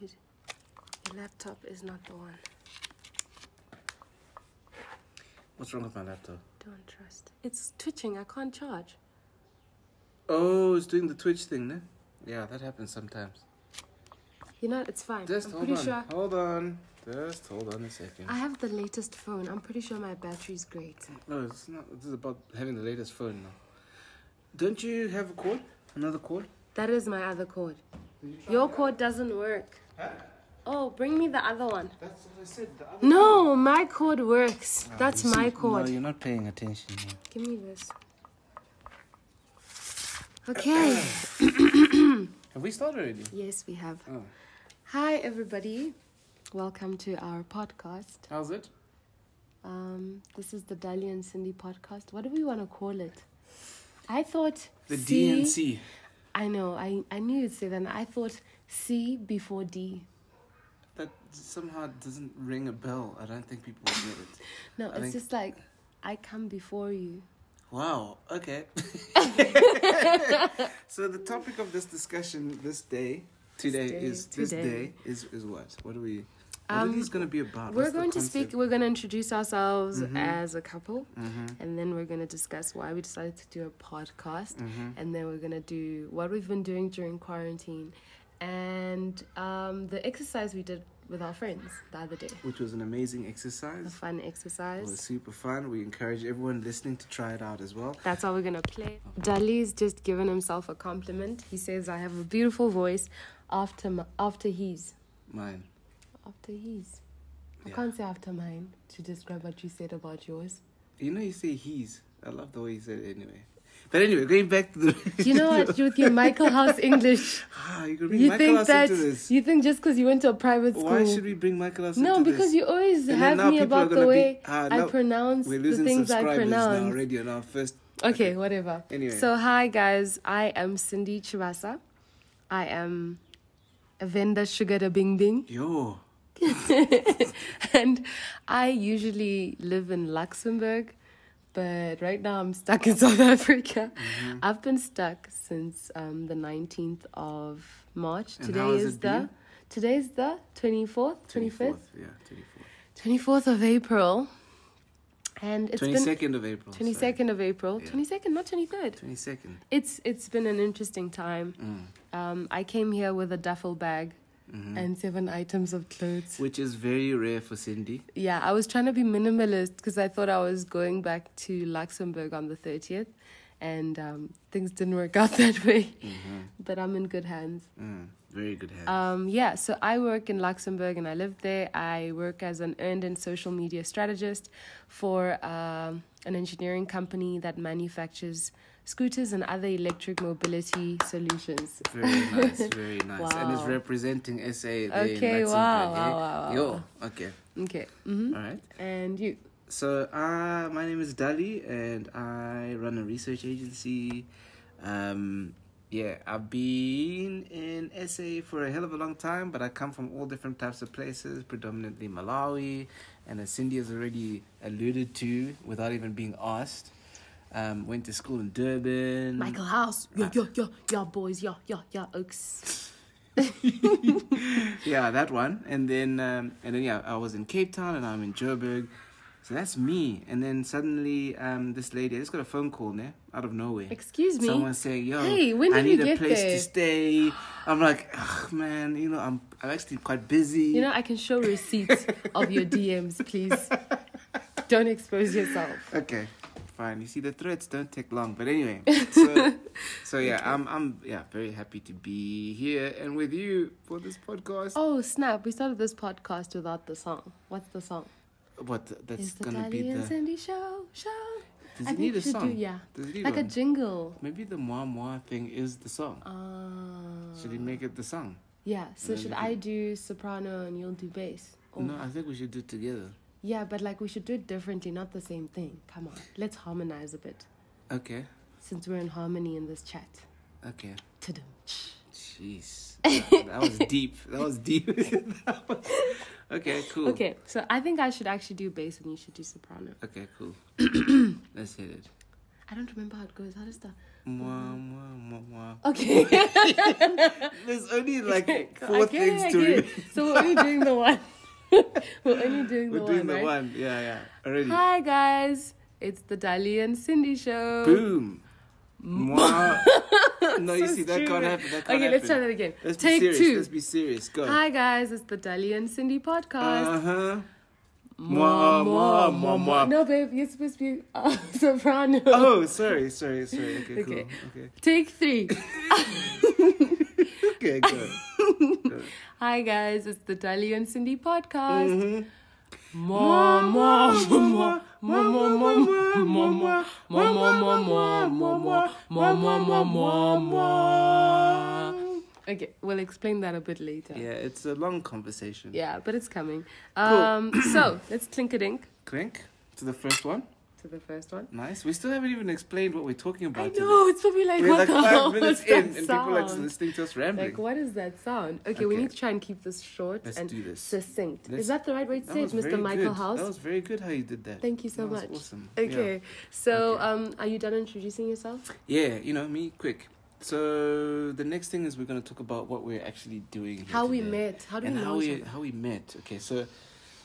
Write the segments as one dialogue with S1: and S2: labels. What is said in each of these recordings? S1: Your your laptop is not the one.
S2: What's wrong with my laptop?
S1: Don't trust. It's twitching. I can't charge.
S2: Oh, it's doing the Twitch thing, no? Yeah, that happens sometimes.
S1: You know, it's fine.
S2: Just
S1: I'm
S2: hold
S1: pretty
S2: on.
S1: sure.
S2: Hold on. Just hold on a second.
S1: I have the latest phone. I'm pretty sure my battery's great.
S2: No, it's not. This is about having the latest phone now. Don't you have a call? Another call?
S1: That is my other cord. Your cord doesn't work.
S2: Huh?
S1: Oh, bring me the other one.
S2: That's what I said. The other
S1: No, my cord
S2: Ah,
S1: works. That's my cord.
S2: Mm. No, you're not paying attention. Here.
S1: Give me this. Okay.
S2: Have we started already?
S1: yes, we have.
S2: Oh.
S1: Hi, everybody. Welcome to our podcast.
S2: How's it?
S1: Um, this is the Dali and Cindy podcast. What do we want to call it? I thought
S2: The
S1: C-
S2: DNC.
S1: I know. I I knew you'd say that. and I thought C before D.
S2: That somehow doesn't ring a bell. I don't think people will get it.
S1: No,
S2: I
S1: it's
S2: think-
S1: just like I come before you.
S2: Wow. Okay. so the topic of this discussion this day, today
S1: day,
S2: is this
S1: today.
S2: day is is what? What are we? What are
S1: Um,
S2: these going to be about?
S1: we're going to speak. We're going to introduce ourselves as a couple,
S2: Mm-hmm.
S1: and then we're going to discuss why we decided to do a podcast,
S2: Mm-hmm.
S1: and then we're going to do what we've been doing during quarantine, and um, the exercise we did with our friends the other day.
S2: Which was an amazing
S1: A
S2: exercise.
S1: fun
S2: It
S1: exercise.
S2: was super fun. We encourage everyone listening to try it out as well.
S1: That's how we're gonna play. Dali's just given himself a compliment. He says, "I have a beautiful voice." After my, after his,
S2: Mine.
S1: after his. I
S2: Yeah.
S1: can't say after mine to describe what you said about yours.
S2: You know, you say he's. I love the way you said it anyway. But anyway, going back to the.
S1: You know what? With your Michael House English,
S2: ah, you could bring
S1: you
S2: Michael
S1: think
S2: House
S1: that
S2: into this.
S1: you think just because you went to a private school.
S2: Why should we bring Michael House
S1: no,
S2: into
S1: because
S2: this?
S1: you always
S2: And then
S1: have
S2: now
S1: me
S2: people are
S1: about the
S2: gonna be-
S1: way
S2: Ah,
S1: I
S2: no,
S1: pronounce
S2: We're
S1: the
S2: losing
S1: things I
S2: subscribers now
S1: pronounce.
S2: already on our first.
S1: Okay, whatever.
S2: Anyway.
S1: So, hi guys, I am Cindy Chivasa. I am a vendor sugar da bing bing.
S2: Yo.
S1: and I usually live in Luxembourg, but right now I'm stuck in South Africa.
S2: Mm-hmm.
S1: I've been stuck since um, the 19th of March.
S2: And
S1: Today
S2: how has
S1: is
S2: it
S1: the
S2: been?
S1: today's the 24th, 25th,
S2: 24th, Yeah, 24th.
S1: 24th of April. And it's been
S2: 22nd of April. sorry.
S1: 22nd of April.
S2: Yeah.
S1: 22nd, not 23rd.
S2: 22nd.
S1: It's it's been an interesting time. Um, I came here with a duffel bag and seven items of clothes.
S2: Which is very rare for Cindy.
S1: Yeah, I was trying to be minimalist because I thought I was going back to Luxembourg on the thirtieth, and um, things didn't work out that way. But I'm in good hands.
S2: Mm, very good hand.
S1: Um, yeah, so I work in Luxembourg and I live there. I work as an earned and social media strategist for um, an engineering company that manufactures scooters and other electric mobility solutions.
S2: very nice, very nice. And it's
S1: Wow.
S2: representing SA. there in
S1: Okay,
S2: Luxembourg,
S1: wow,
S2: eh?
S1: wow, wow, wow,
S2: Yo, okay.
S1: Okay. hmm
S2: All right.
S1: And you?
S2: So, uh, my name is Dali, and I run a research agency. Um, yeah, I've been in SA for a hell of a long time, but I come from all different types of places, predominantly Malawi, and as Cindy has already alluded to, without even being asked, um, went to school in Durban.
S1: Michael House. Yo, yo, yo, yo, boys. Yo, yo, yo, Oaks.
S2: yeah, that one. And then um, and then yeah, I was in Cape Town and I'm in Joburg. So that's me. And then suddenly um, this lady I just got a phone call now out of nowhere.
S1: Excuse me.
S2: Someone saying, "Yo,
S1: Hey, when
S2: I
S1: did you
S2: need a
S1: get
S2: place
S1: there?"
S2: to stay." I'm like, "Ugh, man, you know, I'm I'm actually quite busy."
S1: You know, I can show receipts of your DMs, please. Don't expose yourself.
S2: okay, fine. You see, the threads don't take long. But anyway, so, so yeah, I'm I'm yeah very happy to be here and with you for this podcast.
S1: Oh, snap. We started this podcast without the song. What's the song?
S2: What that's
S1: It's the
S2: gonna
S1: Daddy
S2: be
S1: and
S2: the.
S1: Cindy show, show.
S2: Does
S1: I
S2: it
S1: think
S2: need
S1: we
S2: a
S1: should
S2: song?
S1: Do, yeah.
S2: Does it need
S1: Like a
S2: one?
S1: jingle.
S2: Maybe the moi moi thing is the song.
S1: Uh,
S2: Should we make it the song?
S1: yeah, so
S2: Then
S1: should
S2: we
S1: I do soprano and you'll do bass? Or,
S2: No, I think we should do it together.
S1: Yeah, but like we should do it differently, not the same thing. Come on, let's harmonize a bit
S2: Okay.
S1: since we're in harmony in this chat.
S2: Okay.
S1: Ta-dum.
S2: Jeez. That, that was deep. That was deep. That was- Okay, cool.
S1: Okay, so I think I should actually do bass and you should do soprano.
S2: Okay, cool. Let's hit it.
S1: I don't remember how it goes. How does the
S2: Mwah, mwah, mwah,
S1: Okay.
S2: mwah. There's only like four
S1: Okay,
S2: things to
S1: okay.
S2: remember.
S1: So we're only doing the one. we're only doing the
S2: We're
S1: one.
S2: doing the
S1: right?
S2: one. Yeah, yeah. Already.
S1: Hi guys, it's the Dali and Cindy show.
S2: Boom. Mwah. no, you
S1: So
S2: see, that can't
S1: stupid.
S2: happen. That can't
S1: okay,
S2: happen.
S1: let's try that again.
S2: Let's
S1: Take
S2: be serious.
S1: two.
S2: Let's be serious. Go.
S1: Hi guys, it's the Dali and Cindy podcast.
S2: Uh huh.
S1: Mwah,
S2: Mwah, mwah,
S1: mwah,
S2: mwah,
S1: mwah.
S2: mwah.
S1: No, babe, you're supposed to be uh, soprano.
S2: Oh, sorry, sorry, sorry. Okay,
S1: Okay.
S2: cool. Okay,
S1: Take three.
S2: okay, good.
S1: Hi guys, it's the Dali and Cindy podcast.
S2: Mhm.
S1: Mwah, mwah, mwah, mwah, mwah, mwah, mwah, mwah, mwah, mwah, mwah, mwah, mwah, mwah, mwah, mwah, mwah, mwah, mwah. Okay, we'll explain that a bit later.
S2: Yeah, it's a long conversation.
S1: Yeah, but it's coming.
S2: Cool.
S1: Um, so let's clink a dink
S2: Clink to the first one.
S1: to the first one.
S2: Nice. We still haven't even explained what we're talking about.
S1: I
S2: today.
S1: know it's probably like
S2: We're
S1: what
S2: like
S1: the hell
S2: five
S1: was
S2: minutes
S1: that
S2: in, and people are like
S1: sound?
S2: listening to us rambling.
S1: Like, what is that sound? Okay, we
S2: Okay.
S1: need to try and keep this short
S2: Let's
S1: and
S2: do this.
S1: succinct. is
S2: Let's-
S1: that the right way to
S2: That
S1: say it,
S2: was
S1: Mr.
S2: very
S1: Michael
S2: good.
S1: House?
S2: That was very good how you did that.
S1: Thank you so
S2: That was
S1: much.
S2: Awesome. Yeah.
S1: Okay, so
S2: Okay.
S1: um, are you done introducing yourself?
S2: Yeah, you know me, quick. So the next thing is we're gonna talk about what we're actually doing. Here
S1: How we
S2: today.
S1: met? How do
S2: and
S1: we
S2: how
S1: know each
S2: we
S1: other?
S2: how we met. Okay, so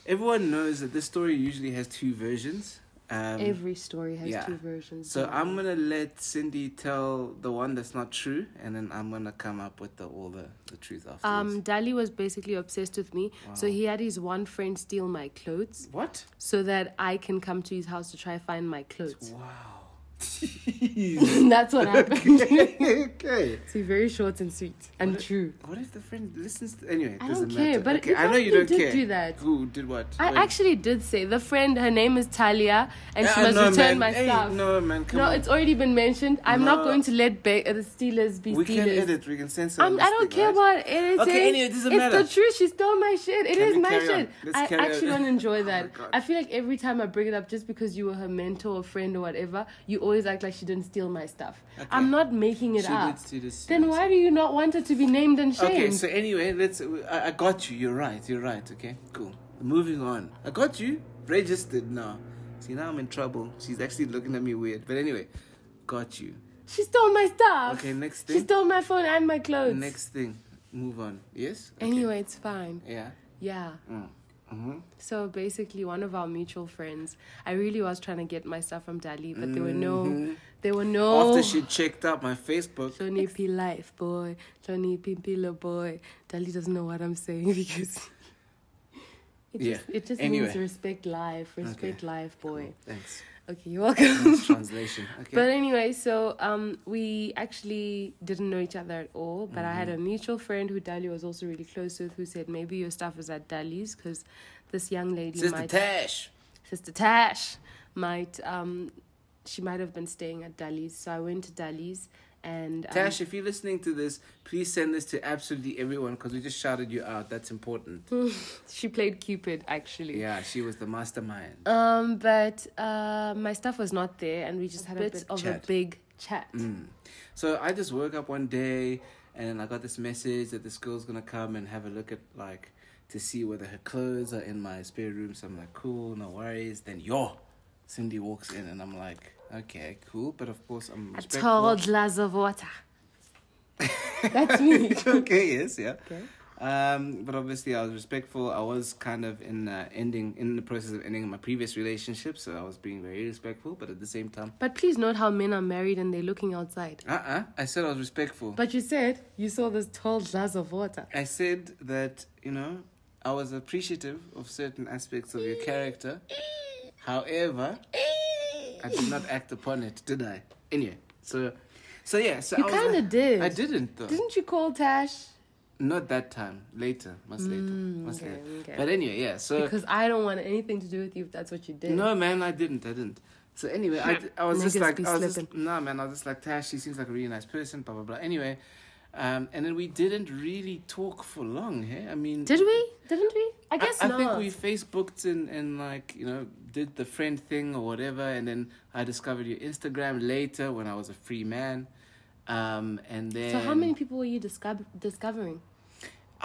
S2: everyone knows that this story usually has two versions. Um,
S1: Every story has
S2: yeah.
S1: two versions.
S2: so
S1: don't
S2: I'm
S1: they?
S2: gonna let Cindy tell the one that's not true, and then I'm gonna come up with the, all the, the truth afterwards.
S1: Um, Dali was basically obsessed with me, so
S2: Wow.
S1: he had his one friend steal my clothes
S2: what?
S1: so that I can come to his house to try find my clothes.
S2: Wow. Jeez.
S1: That's what happened.
S2: okay. okay.
S1: See, very short and sweet and
S2: What a-
S1: true.
S2: What if the friend listens? To, anyway, it
S1: I
S2: doesn't
S1: don't care,
S2: matter.
S1: but
S2: okay,
S1: you
S2: I know you
S1: probably
S2: don't
S1: did
S2: care.
S1: do that.
S2: Who did what?
S1: I
S2: When?
S1: actually did say the friend. Her name is Talia, and she
S2: Ah,
S1: must
S2: no,
S1: return
S2: man.
S1: my
S2: Hey,
S1: stuff.
S2: No man, come
S1: No,
S2: on.
S1: it's already been mentioned. I'm not
S2: No.
S1: going to let ba- uh, the Steelers be
S2: we can
S1: Steelers.
S2: edit. We can censor.
S1: I'm,
S2: this
S1: I don't
S2: thing,
S1: care
S2: right?
S1: about editing.
S2: Okay, anyway, it doesn't
S1: it's
S2: matter.
S1: the truth. She stole my shit. It
S2: Can
S1: is
S2: we
S1: my
S2: carry on?
S1: shit.
S2: Let's
S1: I
S2: carry on.
S1: actually don't enjoy
S2: Oh my
S1: that.
S2: God.
S1: I feel like every time I bring it up, just because you were her mentor or friend or whatever, you always act like she didn't steal my stuff.
S2: Okay.
S1: I'm not making it
S2: She
S1: up.
S2: needs to just-
S1: Then why do you not want her to be named and shamed?
S2: Okay, so anyway, let's. I, I got you. You're right. You're right. Okay, cool. Moving on. I got you. Registered now. See, now I'm in trouble. She's actually looking at me weird. But anyway, got you.
S1: she stole my stuff.
S2: Okay, next
S1: She
S2: thing.
S1: stole my phone and my clothes.
S2: Next thing. Move on. Yes. Okay.
S1: Anyway, it's fine.
S2: Yeah.
S1: Yeah.
S2: Mm. hmm
S1: So basically, one of our mutual friends. I really was trying to get my stuff from Dali, but there were no, there were no.
S2: Mm-hmm. After she checked out my Facebook.
S1: Johnny P life boy, Johnny P pillow boy. Dali doesn't know what I'm saying because it
S2: Yeah.
S1: just, it just means
S2: Anyway.
S1: respect life, respect life boy.
S2: Thanks.
S1: Okay, you're welcome.
S2: Nice translation. Okay.
S1: But anyway, so um, we actually didn't know each other at all. But I had
S2: Mm-hmm.
S1: a mutual friend who Dali was also really close with, who said maybe your stuff is at Dali's because this young lady
S2: Sister
S1: might
S2: Tash.
S1: Sister Tash might um she might have been staying at Dali's. So I went to Dali's and um,
S2: Tash, if you're listening to this, please send this to absolutely everyone because we just shouted you out. That's important.
S1: she played Cupid actually.
S2: yeah, she was the mastermind.
S1: Um but uh my stuff was not there and we just had a
S2: bit
S1: bit of a
S2: chat.
S1: big chat.
S2: Mm. So I just woke up one day and I got this message that this girl's gonna come and have a look at like to see whether her clothes are in my spare room. So I'm like, cool, no worries. Then yo, Cindy walks in and I'm like, okay, cool. But of course I'm
S1: A
S2: respectful.
S1: tall glass of water. That's me.
S2: okay, yes, yeah.
S1: Okay.
S2: Um, but obviously I was respectful. I was kind of in uh, ending in the process of ending my previous relationship, so I was being very respectful. But at the same time,
S1: But please note how men are married and they're looking outside.
S2: uh, uh I said I was respectful.
S1: But you said you saw this tall glass of water.
S2: I said that, you know, I was appreciative of certain aspects of your character. However, I did not act upon it, did I? Anyway, so, so yeah, so
S1: You
S2: I was
S1: kinda
S2: like-
S1: did.
S2: I didn't though.
S1: Didn't you call Tash?
S2: Not that time. Later, much later, much
S1: Mm, okay,
S2: later.
S1: okay.
S2: But anyway, yeah. So
S1: Because I don't want anything to do with you if that's what you did.
S2: Uh, no, man, I didn't. I didn't. So anyway, I, d- I was just
S1: Niggas
S2: like,
S1: be
S2: I was just,
S1: slipping.
S2: no, man, I was just like, Tash, she seems like a really nice person, blah blah blah. Anyway, um, and then we didn't really talk for long. Hey, I mean,
S1: Did we? Didn't we? I guess
S2: I,
S1: not.
S2: think we Facebooked and, and like you know did the friend thing or whatever, and then I discovered your Instagram later when I was a free man, um, and then
S1: So how many people were you discover- discovering?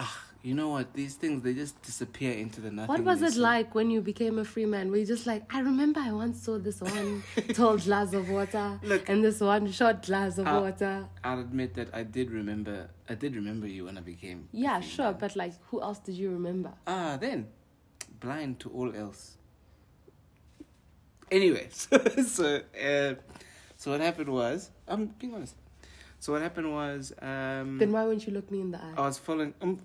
S3: ah, you know what? These things they just disappear into the nothing.
S1: What was it
S3: so-
S1: like when you became a free man? Were you just like, I remember I once saw this one tall glass of water
S3: Look.
S1: and this one short glass of
S3: Uh,
S1: water?
S3: I'll admit that I did remember. I did remember you when I became.
S1: Yeah,
S3: a free
S1: sure,
S3: man.
S1: but like, who else did you remember?
S3: Ah, then, blind to all else. Anyway, so so, uh, so what happened was I'm being honest. So what happened was um,
S1: Then why won't you look me in the eye?
S3: I was following. Um,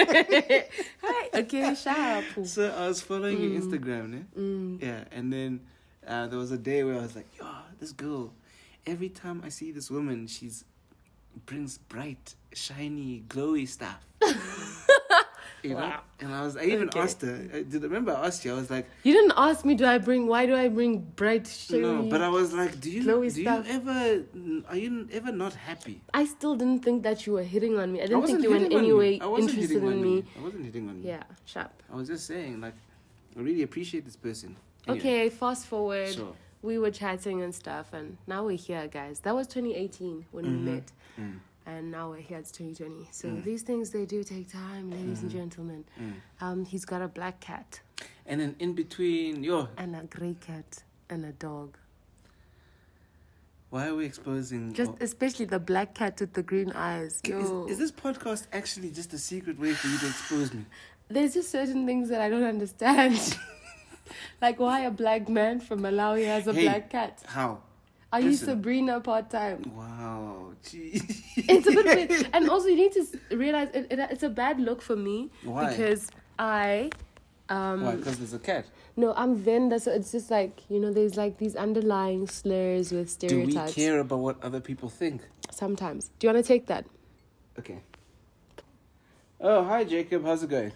S1: Hi, okay, sharp.
S3: so I was following your Instagram, ne?
S1: Mm.
S3: Yeah, and then uh, there was a day where I was like, "Yo, this girl. Every time I see this woman, she's brings bright, shiny, glowy stuff." you know.
S1: Wow.
S3: And I was. I even
S1: Okay.
S3: asked her. uh, Did remember I asked you? I was like,
S1: You didn't ask me, do I bring, why do I bring bright, shiny?
S3: "No," but I was like, "Do you?
S1: glowy
S3: do
S1: stuff.
S3: you ever? Are you ever not happy?"
S1: I still didn't think that you were hitting on me. I didn't think
S3: wasn't
S1: you were in
S3: hitting on
S1: any
S3: you.
S1: way
S3: I wasn't
S1: interested
S3: hitting on
S1: in me.
S3: I wasn't hitting on you.
S1: Yeah, sharp.
S3: I was just saying, like, I really appreciate this person. Anyway,
S1: Okay, fast forward.
S3: So,
S1: We were chatting and stuff, and now we're here, guys. That was 2018 when
S3: Mm-hmm.
S1: we met,
S3: Mm.
S1: and now we're here. It's 2020. So these things they do take time, ladies
S3: Mm-hmm.
S1: and gentlemen.
S3: Mm.
S1: Um, he's got a black cat
S3: and then in between, yo,
S1: and a gray cat and a dog.
S3: why are we exposing?
S1: Just
S3: oh,
S1: especially the black cat with the green eyes.
S3: Okay,
S1: Yo.
S3: Is, is this podcast actually just a secret way for you to expose me?
S1: There's just certain things that I don't understand. like why a black man from Malawi has a
S3: Hey.
S1: black cat?
S3: How?
S1: Are you
S3: Listen.
S1: Sabrina part time?
S3: Wow. Gee.
S1: It's a bit weird. And also, you need to s- realize it, it, it's a bad look for me
S3: Why?
S1: because I. Um,
S3: Why? Because there's a cat.
S1: No, I'm Venda, so it's just like, you know, there's like these underlying slurs with
S3: Do we
S1: stereotypes.
S3: care about what other people think?
S1: Sometimes. Do you want to take that?
S3: Okay. Oh, hi, Jacob. How's it going?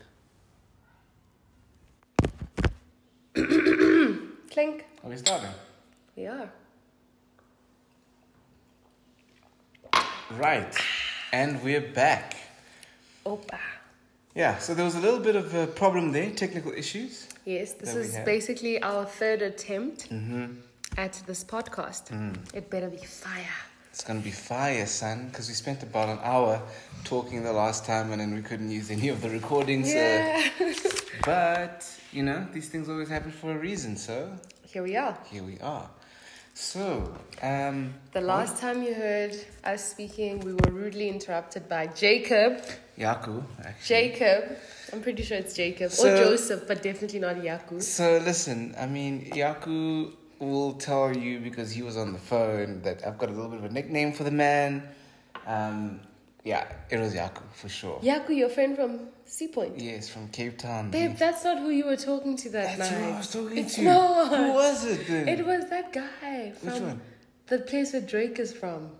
S1: Clink.
S2: Are we starting?
S1: We are.
S2: Right. And we're back.
S1: Opa.
S2: Yeah, so there was a little bit of a problem there, technical issues.
S1: Yes, this
S2: There we
S1: is
S2: have. Mm-hmm.
S1: basically our third attempt at this podcast.
S2: Mm.
S1: It better be fire.
S2: It's gonna be fire, son, because we spent about an hour talking the last time and then we couldn't use any of the recordings. Uh,
S1: Yeah.
S2: but, you know, these things always happen for a reason, so
S1: Here we are.
S2: here we are. So, um,
S1: The last time you heard us speaking, we were rudely interrupted by Jacob.
S2: oh, Yaku, actually.
S1: Jacob. I'm pretty sure it's Jacob or
S2: So-
S1: Joseph, but definitely not Yaku.
S2: So listen, I mean, Yaku will tell you because he was on the phone that I've got a little bit of a nickname for the man. Um, yeah, it was Yaku for sure.
S1: Yaku, your friend from Sea Point.
S2: Yes, from Cape Town.
S1: Babe, that's not who you were talking to that
S2: That's who I
S1: night.
S2: was talking
S1: It's
S2: to.
S1: not.
S2: Who was it then?
S1: It was that guy from
S2: Which one?
S1: the place where Drake is from.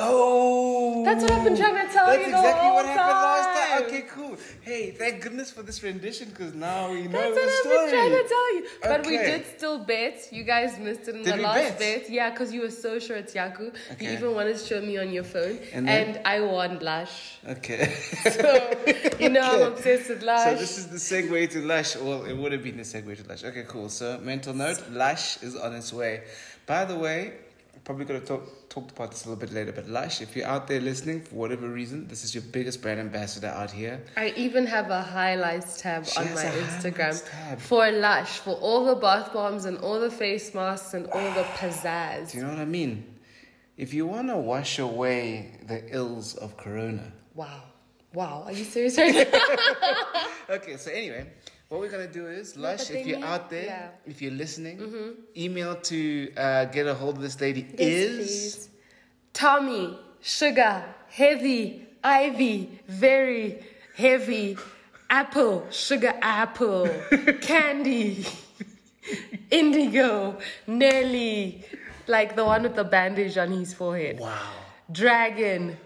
S2: Oh,
S1: That's what I've been trying to tell
S2: That's
S1: you the
S2: exactly
S1: whole
S2: what happened last
S1: time.
S2: time. Okay, cool. Hey, thank goodness for this rendition because now we
S1: That's
S2: know the
S1: what I've
S2: story.
S1: been trying to tell you. But we
S2: Okay.
S1: did still bet. You guys missed it in
S2: Did
S1: the
S2: we
S1: last
S2: bet?
S1: bet. Yeah, because you were so sure it's Yaku. You
S2: Okay.
S1: even wanted to show me on your phone. And,
S2: And then-
S1: I won Lush.
S2: Okay.
S1: So, you know, I'm
S2: Okay.
S1: obsessed with Lush.
S2: So this is the segue to Lush. Well, it would have been the segue to Lush. Okay, cool. So mental note, Lush is on its way. By the way, probably could have talk, talked about this a little bit later, but Lush, if you're out there listening for whatever reason, this is your biggest brand ambassador out here.
S1: I even have a highlights tab
S2: She
S1: on
S2: has
S1: my
S2: a
S1: Instagram
S2: highlights tab.
S1: for Lush, for all the bath bombs and all the face masks and all the pizzazz.
S2: Do you know what I mean? If you want to wash away the ills of Corona.
S1: Wow. Wow. Are you serious right now?
S2: Okay, so anyway, what we're gonna do is
S1: No,
S2: Lush,
S1: but they
S2: if you're
S1: need-
S2: out there,
S1: yeah. Mm-hmm.
S2: if you're listening, email to uh, get a hold of this lady
S1: please.
S2: is.
S1: Tommy, sugar, heavy, ivy, very heavy, apple, sugar apple, candy, indigo, Nelly, like the one with the bandage on his forehead,
S2: Wow.
S1: dragon,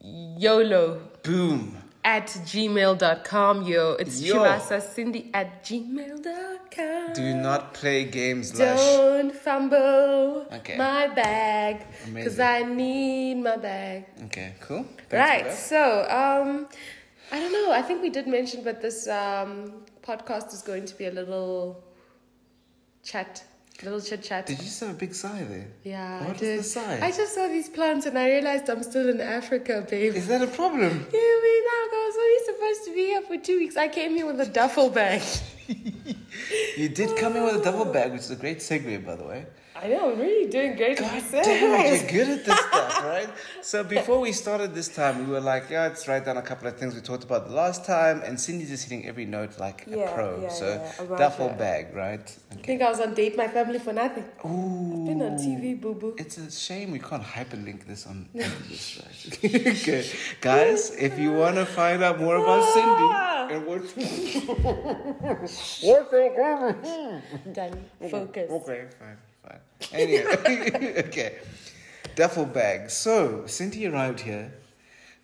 S1: YOLO.
S2: Boom.
S1: At gmail.com, yo. It's
S2: Yo.
S1: Chirasa Cindy at gmail.com.
S2: Do not play games, Lush.
S1: Don't fumble
S2: Okay.
S1: my bag because
S2: Amazing.
S1: I need my bag.
S2: Okay, cool. Thanks for
S1: right.
S2: that.
S1: So, um, I don't know. I think we did mention, but this um, podcast is going to be a little chat Little chit chat.
S2: Did you just have a big sigh there?
S1: Yeah, I
S2: What
S1: did.
S2: is the sigh?
S1: I just saw these plants and I realized I'm still in Africa, babe.
S2: Is that a problem?
S1: Yeah, we now guys. Are you supposed to be here for two weeks? I came here with a duffel bag.
S2: You did come in with a double bag, which is a great segue, by the way.
S1: I know. I'm really doing great.
S2: God
S1: myself.
S2: damn it, you're good at this stuff, right? So before we started this time, we were like, yeah, let's write down a couple of things we talked about the last time, and Cindy's just hitting every note like
S1: Yeah,
S2: a pro.
S1: yeah,
S2: so
S1: yeah, around
S2: duffel
S1: that.
S2: bag, right?
S1: I think I was on date my family for nothing.
S2: Ooh.
S1: Been on TV, boo boo.
S2: It's a shame we can't hyperlink this on this, right? okay. Guys, if you want to find out more about
S1: Ah.
S2: Cindy and what what's her
S1: Done. Focus.
S2: Okay, fine, fine. Anyway, okay. Duffel bag. So, Cindy arrived here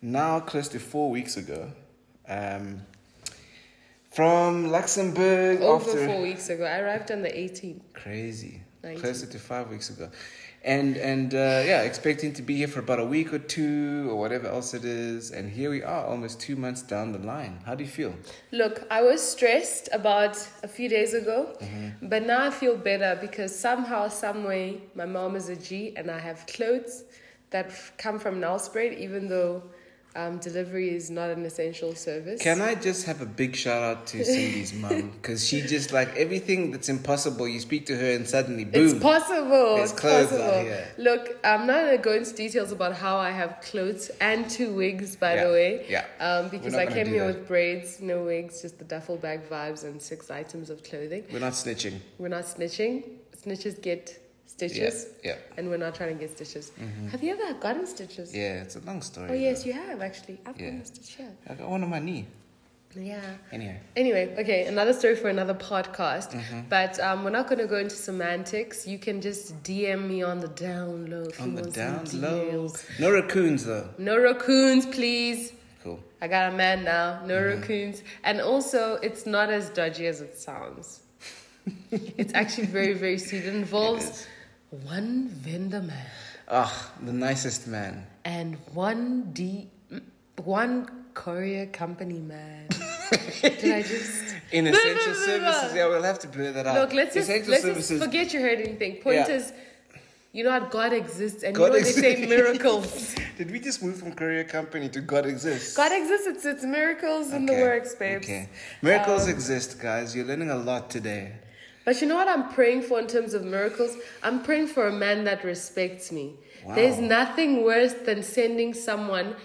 S2: now close to four weeks ago um, from Luxembourg
S1: Over
S2: after
S1: four weeks ago, I arrived on the 18th.
S2: crazy
S1: Nineteen.
S2: closer to five weeks ago and and uh, yeah expecting to be here for about a week or two or whatever else it is and here we are almost two months down the line how do you feel
S1: Look, I was stressed about a few days ago, but now I feel better because somehow, someway, my mom is a G and I have clothes that f- come from Nelspruit, even though um, delivery is not an essential service.
S2: can i just have a big shout out to cindy's mom because she just like everything that's impossible you speak to her and suddenly boom
S1: It's possible.
S2: There's
S1: it's
S2: clothes out
S1: possible.
S2: here.
S1: Look, I'm not gonna go into details about how I have clothes and two wigs, by
S2: Yeah,
S1: the way.
S2: yeah.
S1: Um,
S2: We're
S1: because
S2: not
S1: I
S2: gonna
S1: came
S2: do
S1: here
S2: that.
S1: with braids, no wigs, just the duffel bag vibes and six items of clothing.
S2: we're not snitching
S1: We're not snitching. Snitches get stitches,
S2: yeah yeah Mm-hmm.
S1: and we're not trying to get stitches. Have you ever gotten stitches?
S2: yeah it's a long story
S1: Oh yes, you have actually. I've
S2: Yeah.
S1: gotten a stitch. Yeah.
S2: though. i got one on my knee
S1: Yeah.
S2: anyway
S1: Anyway, okay, another story for another podcast.
S2: Mm-hmm.
S1: But um, we're not going to go into semantics. You can just DM me on the down low. If
S2: on
S1: you
S2: the
S1: want
S2: down
S1: some
S2: low
S1: DMs.
S2: no raccoons though
S1: No raccoons, please.
S2: cool
S1: I got a man now. No
S2: Mm-hmm.
S1: raccoons. And also, it's not as dodgy as it sounds. it's actually very, very sweet. It involves one vendor man
S2: ah the nicest man
S1: and one D, mm, one courier company man. Did I just?
S2: In
S1: Blah, blah,
S2: essential
S1: blah, blah.
S2: services, yeah, we'll have to blur that out.
S1: Look, let's just,
S2: essential
S1: let's just
S2: Uh, services.
S1: forget you heard anything. Point
S2: Yeah.
S1: is, you know what God exists, and
S2: God
S1: you know they say
S2: exists.
S1: miracles.
S2: Did we just move from courier company to God exists?
S1: God exists. It's, it's miracles in the
S2: Okay,
S1: works, babes.
S2: Okay, miracles
S1: Um,
S2: exist, guys. You're learning a lot today.
S1: But you know what I'm praying for in terms of miracles? I'm praying for a man that respects me.
S2: Wow.
S1: There's nothing worse than sending someone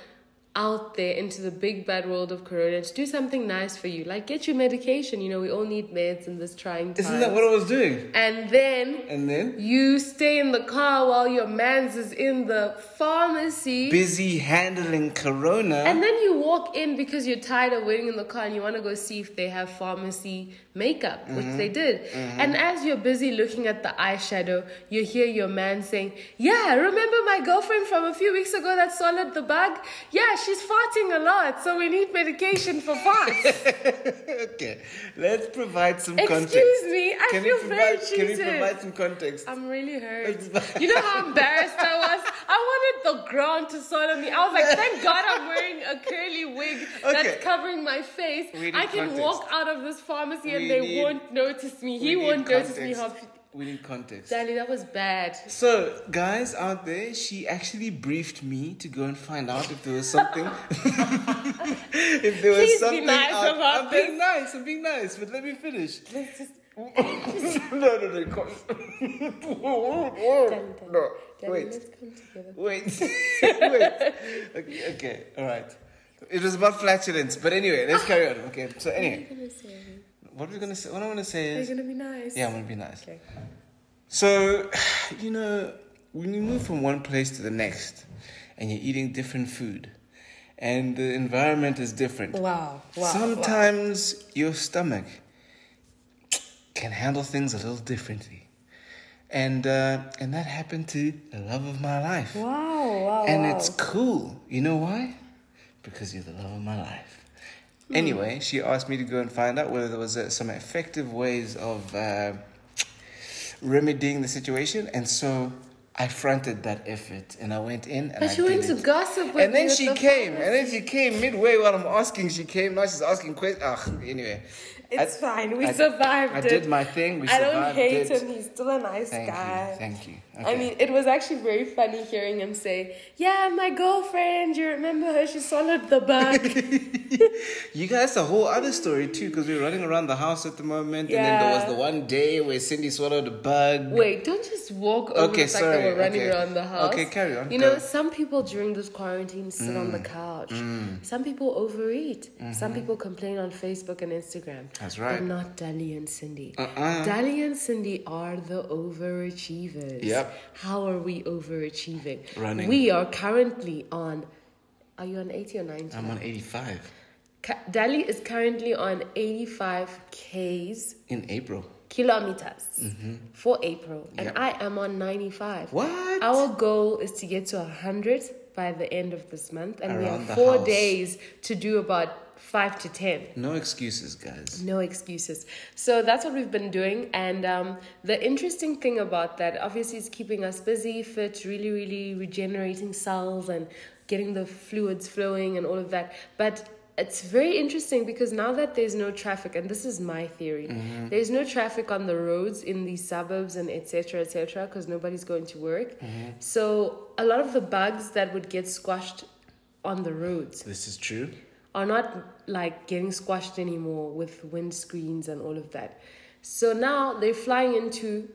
S1: out there into the big bad world of corona to do something nice for you. Like get your medication. You know, we all need meds in this trying time.
S2: Isn't that what I was doing?
S1: and then
S2: And then
S1: You stay in the car while your man's is in the pharmacy.
S2: busy handling Corona.
S1: and then you walk in because you're tired of waiting in the car and you want to go see if they have pharmacy makeup,
S2: Mm-hmm.
S1: which they did. And as you're busy looking at the eyeshadow, you hear your man saying, Yeah, remember my girlfriend from a few weeks ago that swallowed the bug? Yeah, she's farting a lot, so we need medication for farts.
S2: okay, let's provide some context.
S1: Excuse me, I
S2: can
S1: feel
S2: you provide,
S1: very
S2: Can
S1: cheated. Um,
S2: you provide some context?
S1: I'm really hurt.
S2: It's fine.
S1: You know how embarrassed I was? I wanted the ground to swallow me. I was like, thank God I'm wearing a curly wig
S2: Okay.
S1: that's covering my face.
S2: We need
S1: I can
S2: context.
S1: walk out of this pharmacy
S2: We
S1: and they
S2: need-
S1: won't notice me.
S2: We
S1: He
S2: need
S1: won't notice me.
S2: context.
S1: How...
S2: We need context.
S1: Dali, that was bad.
S2: So, guys out there, she actually briefed me to go and find out if there was something. if there was
S1: Please be
S2: something.
S1: nice
S2: out-
S1: about
S2: I'm being nice. I'm being nice, but let me finish.
S1: Let's just.
S2: no, no, no. co-
S1: Dali, Dali.
S2: no.
S1: Dali,
S2: Wait,
S1: Let's come together.
S2: wait, wait. Okay, okay, all right. It was about flatulence, but anyway, let's carry on. Okay, so
S1: What are you
S2: anyway,
S1: gonna say?
S2: what we're gonna say, what I wanna say
S1: You're
S2: is,
S1: gonna be nice.
S2: yeah, I'm gonna be nice.
S1: Okay.
S2: So, you know, when you move from one place to the next and you're eating different food and the environment is different,
S1: Wow. Wow. wow.
S2: sometimes your stomach can handle things a little differently. And, uh, and that happened to the love of my life.
S1: Wow. Wow.
S2: And
S1: wow.
S2: it's cool. You know why? Because you're the love of my life.
S1: Hmm.
S2: Anyway, she asked me to go and find out whether there was uh, some effective ways of uh, remedying the situation, and so I fronted that effort, and I went in and I
S1: But you
S2: did
S1: went to
S2: it.
S1: gossip with
S2: And then
S1: me at
S2: she
S1: the
S2: came,
S1: pharmacy.
S2: and then she came midway while I'm asking. She came now. She's asking questions. Ugh. Anyway, I-
S4: It's fine. We
S2: I-
S4: survived.
S2: I
S4: it.
S2: did my thing. We
S4: I don't
S2: survived
S4: hate
S2: it.
S4: him. He's still a nice
S2: Thank
S4: guy.
S2: you. Thank you.
S4: I mean, it was actually very funny hearing him say, "Yeah, my girlfriend. You remember her? She swallowed the bug."
S2: You guys, a whole other story too, because we're running around the house at the moment, and then there was
S4: Yeah.
S2: the one day where Cindy swallowed a bug.
S1: Wait, don't just walk over
S2: Okay,
S1: the fact that
S2: sorry,
S1: we're running
S2: okay.
S1: around the house.
S2: Okay, carry on, Mm.
S1: You
S2: go.
S1: know, some people during this quarantine sit on the couch. Some people overeat. Some people complain on Facebook and Instagram.
S2: Mm-hmm. That's right.
S1: But not Dali and Cindy.
S2: Uh-uh.
S1: Dali and Cindy are the overachievers.
S2: Yep.
S1: How are we overachieving?
S2: Running.
S1: We are currently on. Are you on 80 or 90?
S2: I'm on 85
S1: Ca- Dali is currently on 85 Ks
S2: in April.
S1: kilometers for April, and
S2: Mm-hmm. Yep.
S1: I am on 95.
S2: What?
S1: Our goal is to get to 100 by the end of this month, and we
S2: Around
S1: have
S2: the
S1: four
S2: house.
S1: days to do about five to 10.
S2: No excuses, guys.
S1: No excuses. So that's what we've been doing. And um, the interesting thing about that, obviously, is keeping us busy, fit, really, really regenerating cells and getting the fluids flowing and all of that. But it's very interesting because now that there's no traffic, and this is my theory, there's no traffic on the roads in these suburbs and etc. etc. because nobody's going to work. So a lot of the bugs that would get squashed on the roads
S2: This is true.
S1: are not like getting squashed anymore with windscreens and all of that. So now they're flying into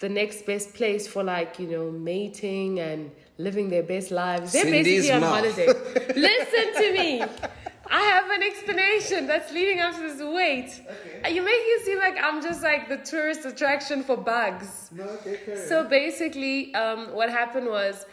S1: the next best place for like, you know, mating and living their best lives. They're
S2: Cindy's
S1: basically on
S2: mouth.
S1: holiday. Listen to me. I have an explanation that's leading up to this. Wait. Okay. You're making it seem like I'm just like the tourist attraction for bugs.
S2: No, okay,
S1: So basically, um, what happened was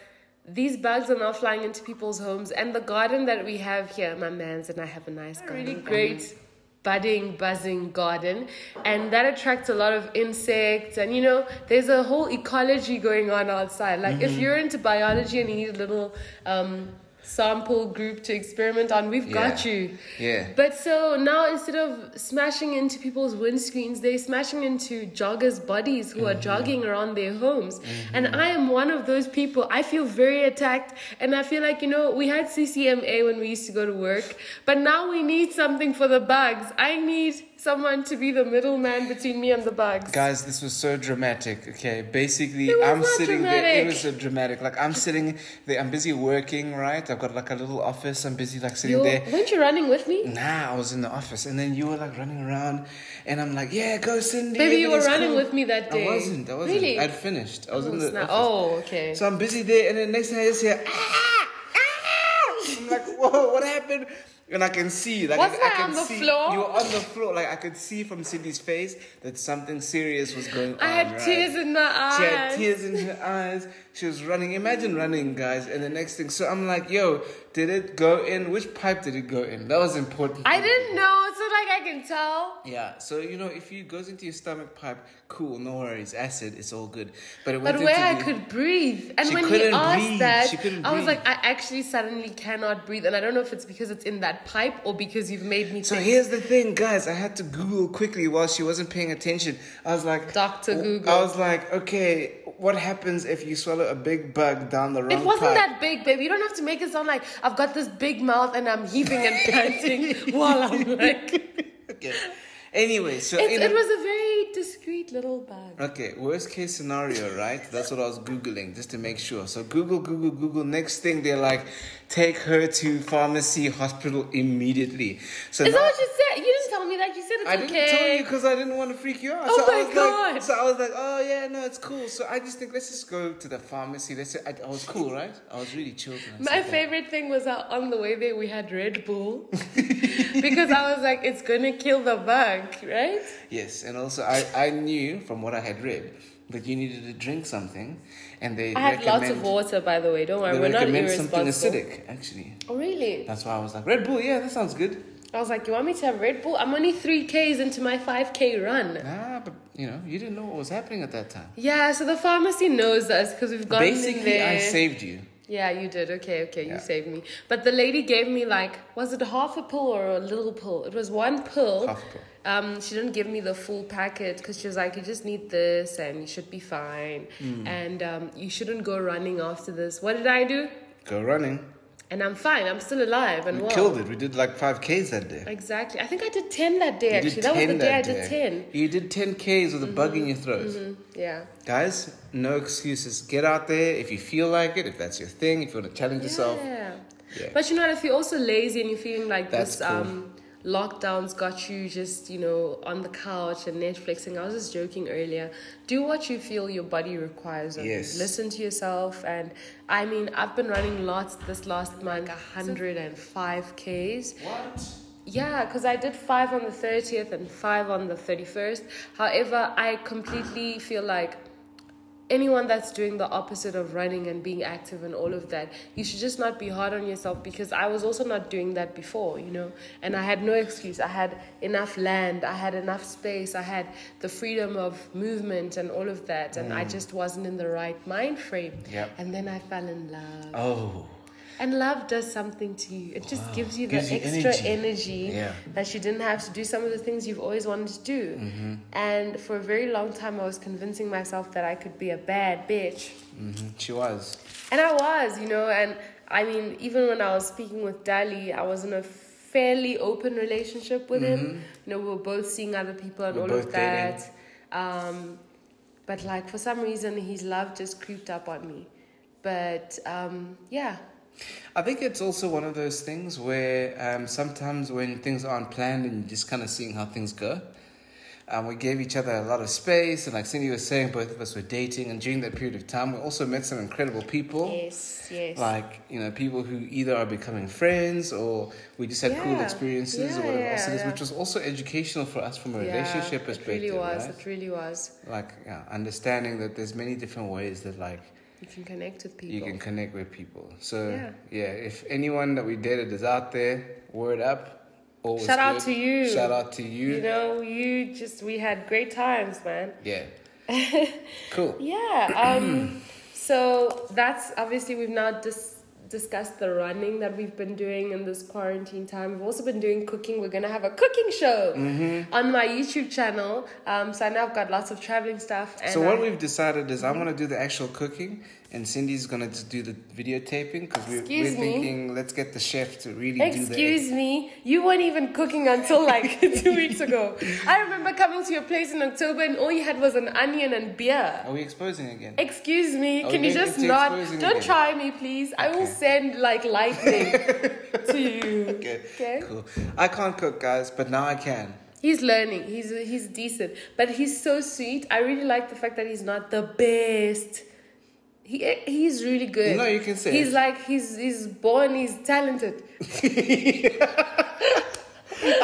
S1: these bugs are now flying into people's homes, and the garden that we have here, my man's, and I have a nice garden. Really great. Budding, buzzing garden, and that attracts a lot of insects. And you know, there's a whole ecology going on outside. Like,
S2: Mm-hmm.
S1: if you're into biology and you need a little um, sample group to experiment on, we've got
S2: Yeah.
S1: you.
S2: Yeah.
S1: But so now instead of smashing into people's windscreens, they're smashing into joggers' bodies who are
S2: Mm-hmm.
S1: jogging around their homes. And I am one of those people. I feel very attacked. And I feel like, you know, we had CCMA when we used to go to work, but now we need something for the bugs. I need someone to be the middleman between me and the bugs.
S2: Guys, this was so dramatic. Okay, basically,
S1: It was
S2: I'm
S1: not
S2: sitting there. It
S1: dramatic.
S2: was so dramatic. Like I'm sitting there. I'm busy working, right? I've got like a little office. I'm busy like sitting
S1: You're,
S2: there.
S1: weren't you running with me?
S2: Nah, I was in the office, and then you were like running around, and I'm like, "Yeah, go, Cindy."
S1: Maybe you were
S2: everything's
S1: running
S2: cool."
S1: with me that day.
S2: I wasn't. I wasn't.
S1: Really?
S2: I'd finished. I was
S1: oh,
S2: in the
S1: snap.
S2: office.
S1: oh, okay.
S2: So I'm busy there, and then next thing I just hear, "Ah, ah!" I'm like, "Whoa, what happened?" And I can see, like,
S1: Wasn't
S2: I
S1: I
S2: can
S1: on the
S2: see
S1: floor?
S2: you were on the floor. Like, I could see from Cindy's face that something serious was going
S1: I
S2: on.
S1: had
S2: right?
S1: tears in my eyes.
S2: She had tears in her eyes. She was running. Imagine running, guys. And the next thing, so I'm like, yo, did it go in? Which pipe did it go in? That was important.
S1: I didn't know. It's not like I can tell.
S2: Yeah, so you know, if it goes into your stomach pipe, cool, no worries, acid, it's all good. But it went
S1: But
S2: into
S1: where I
S2: the-
S1: could breathe. And
S2: She
S1: when he
S2: couldn't
S1: asked
S2: breathe.
S1: that,
S2: She couldn't
S1: I was
S2: breathe.
S1: like, I actually suddenly cannot breathe. And I don't know if it's because it's in that pipe or because you've made me
S2: So
S1: think.
S2: here's the thing, guys. I had to Google quickly while she wasn't paying attention. I was like,
S1: Dr. Google.
S2: I was like, okay, what happens if you swallow a big bug down the wrong
S1: It wasn't
S2: pipe?
S1: that big, babe. You don't have to make it sound like I've got this big mouth and I'm heaving and panting while I'm like.
S2: Okay. Anyway, so
S1: It's,
S2: in
S1: it was a very discreet little bug.
S2: Okay, worst case scenario, right? That's what I was Googling just to make sure. So Google, Google, Google. Next thing they're like, take her to pharmacy hospital immediately. So
S1: Is
S2: now-
S1: that what you said? You didn't tell me that. You said it's
S2: I didn't
S1: okay.
S2: tell you because I didn't want to freak you out.
S1: Oh
S2: so I
S1: my
S2: was Like,
S1: God.
S2: so I was like, oh yeah, no, it's cool. So I just think let's just go to the pharmacy. Let's. I, I was cool, right? I was really chilled. when I
S1: My
S2: said that.
S1: favorite thing was how on the way there we had Red Bull because I was like, it's gonna kill the bug, right?
S2: Yes, and also I, I knew from what I had read that you needed to drink something, and they
S1: I had
S2: recommend,
S1: lots of water, by the way. Don't worry,
S2: They
S1: we're not
S2: recommend
S1: irresponsible.
S2: something acidic, actually.
S1: Oh, really?
S2: That's why I was like Red Bull. Yeah, that sounds good.
S1: I was like, you want me to have Red Bull? I'm only three Ks into my five K run.
S2: Ah, but you know, you didn't know what was happening at that time.
S1: Yeah, so the pharmacy knows us because we've gone in
S2: Basically,
S1: there.
S2: I saved you.
S1: yeah, you did. Okay, okay, you
S2: Yeah.
S1: saved me. But the lady gave me like, was it half a pill or a little pill? It was one pill.
S2: Half a pill.
S1: Um, she didn't give me the full packet because she was like, "You just need this, and you should be
S2: Hmm.
S1: fine, and um, you shouldn't go running after this." What did I do?
S2: Go running.
S1: And I'm fine. I'm still alive and
S2: We
S1: well.
S2: killed it. We did like 5Ks that day.
S1: Exactly. I think I did 10 that day,
S2: You did
S1: actually. That was the
S2: 10
S1: day I
S2: that
S1: did Mm-hmm.
S2: day.
S1: 10.
S2: You did 10Ks with a bug in your throat.
S1: Yeah.
S2: Guys, no excuses. Get out there if you feel like it, if that's your thing, if you want to challenge yourself.
S1: Yeah.
S2: Yeah.
S1: But you know what? If you're also lazy and you're feeling like
S2: That's
S1: this, um, lockdown's got you just, you know, on the couch and Netflixing. I was just joking earlier. Do what you feel your body requires. Of you.
S2: Yes.
S1: Listen to yourself. And I mean, I've been running lots this last month, 105 Ks.
S2: What?
S1: Yeah, because I did five on the 30th and five on the 31st. However, I completely feel like anyone that's doing the opposite of running and being active and all of that, you should just not be hard on yourself because I was also not doing that before, you know. And I had no excuse. I had enough land, I had enough space, I had the freedom of movement and all of that. And I just wasn't in the right mind frame.
S2: Yep.
S1: And then I fell in love.
S2: Oh.
S1: And love does something to you. It just gives you the
S2: Gives you
S1: extra
S2: energy.
S1: energy,
S2: Yeah.
S1: that you didn't have to do some of the things you've always wanted to do.
S2: Mm-hmm.
S1: And for a very long time, I was convincing myself that I could be a bad bitch.
S2: hmm She was.
S1: And I was, you know, and I mean, even when I was speaking with Dali, I was in a fairly open relationship with him. You know, we were both seeing other people and
S2: Mm-hmm. We're
S1: all of
S2: both dating.
S1: that. Um, but like for some reason, his love just creeped up on me. But um, yeah,
S2: I think it's also one of those things where um, sometimes when things aren't planned and you're just kind of seeing how things go, um, we gave each other a lot of space. And like Cindy was saying, both of us were dating. And during that period of time, we also met some incredible people.
S1: yes, yes.
S2: Like, you know, people who either are becoming friends or we just had cool
S1: Yeah.
S2: experiences or
S1: Yeah,
S2: whatever else
S1: yeah,
S2: it is,
S1: yeah.
S2: which was also educational for us from a
S1: Yeah,
S2: relationship perspective.
S1: It really was.
S2: right?
S1: It really was.
S2: Like, yeah, understanding that there's many different ways that, like,
S1: You can connect with people.
S2: you can connect with people. So
S1: Yeah.
S2: yeah. if anyone that we dated is out there, word up. Always
S1: Shout out
S2: good.
S1: to you.
S2: Shout out to you.
S1: You know, you just we had great times, man.
S2: yeah. cool.
S1: Yeah. Um, so that's obviously we've now dis- discussed the running that we've been doing in this quarantine time. We've also been doing cooking. We're gonna have a cooking show
S2: Mm-hmm.
S1: on my YouTube channel. Um, so I now I've got lots of traveling stuff. And
S2: So what
S1: I- Mm-hmm.
S2: we've decided is I'm gonna do the actual cooking, and Cindy's gonna just do the videotaping because we're, we're
S1: Excuse me.
S2: thinking let's get the chef to really do
S1: Excuse me, you weren't even cooking until like two weeks ago. I remember coming to your place in October and all you had was an onion and beer.
S2: the. Are we exposing again?
S1: Excuse me,
S2: Are
S1: can
S2: we
S1: you
S2: going
S1: just
S2: into
S1: not?
S2: exposing
S1: Don't
S2: again?
S1: try me, please. I will
S2: Okay.
S1: send like lightning to you.
S2: Okay.
S1: Okay.
S2: Cool. I can't cook, guys, but now I can.
S1: He's learning. He's he's decent, but he's so sweet. I really like the fact that he's not the best. He he's really good.
S2: No, you can say
S1: He's
S2: it.
S1: like he's he's born. He's talented.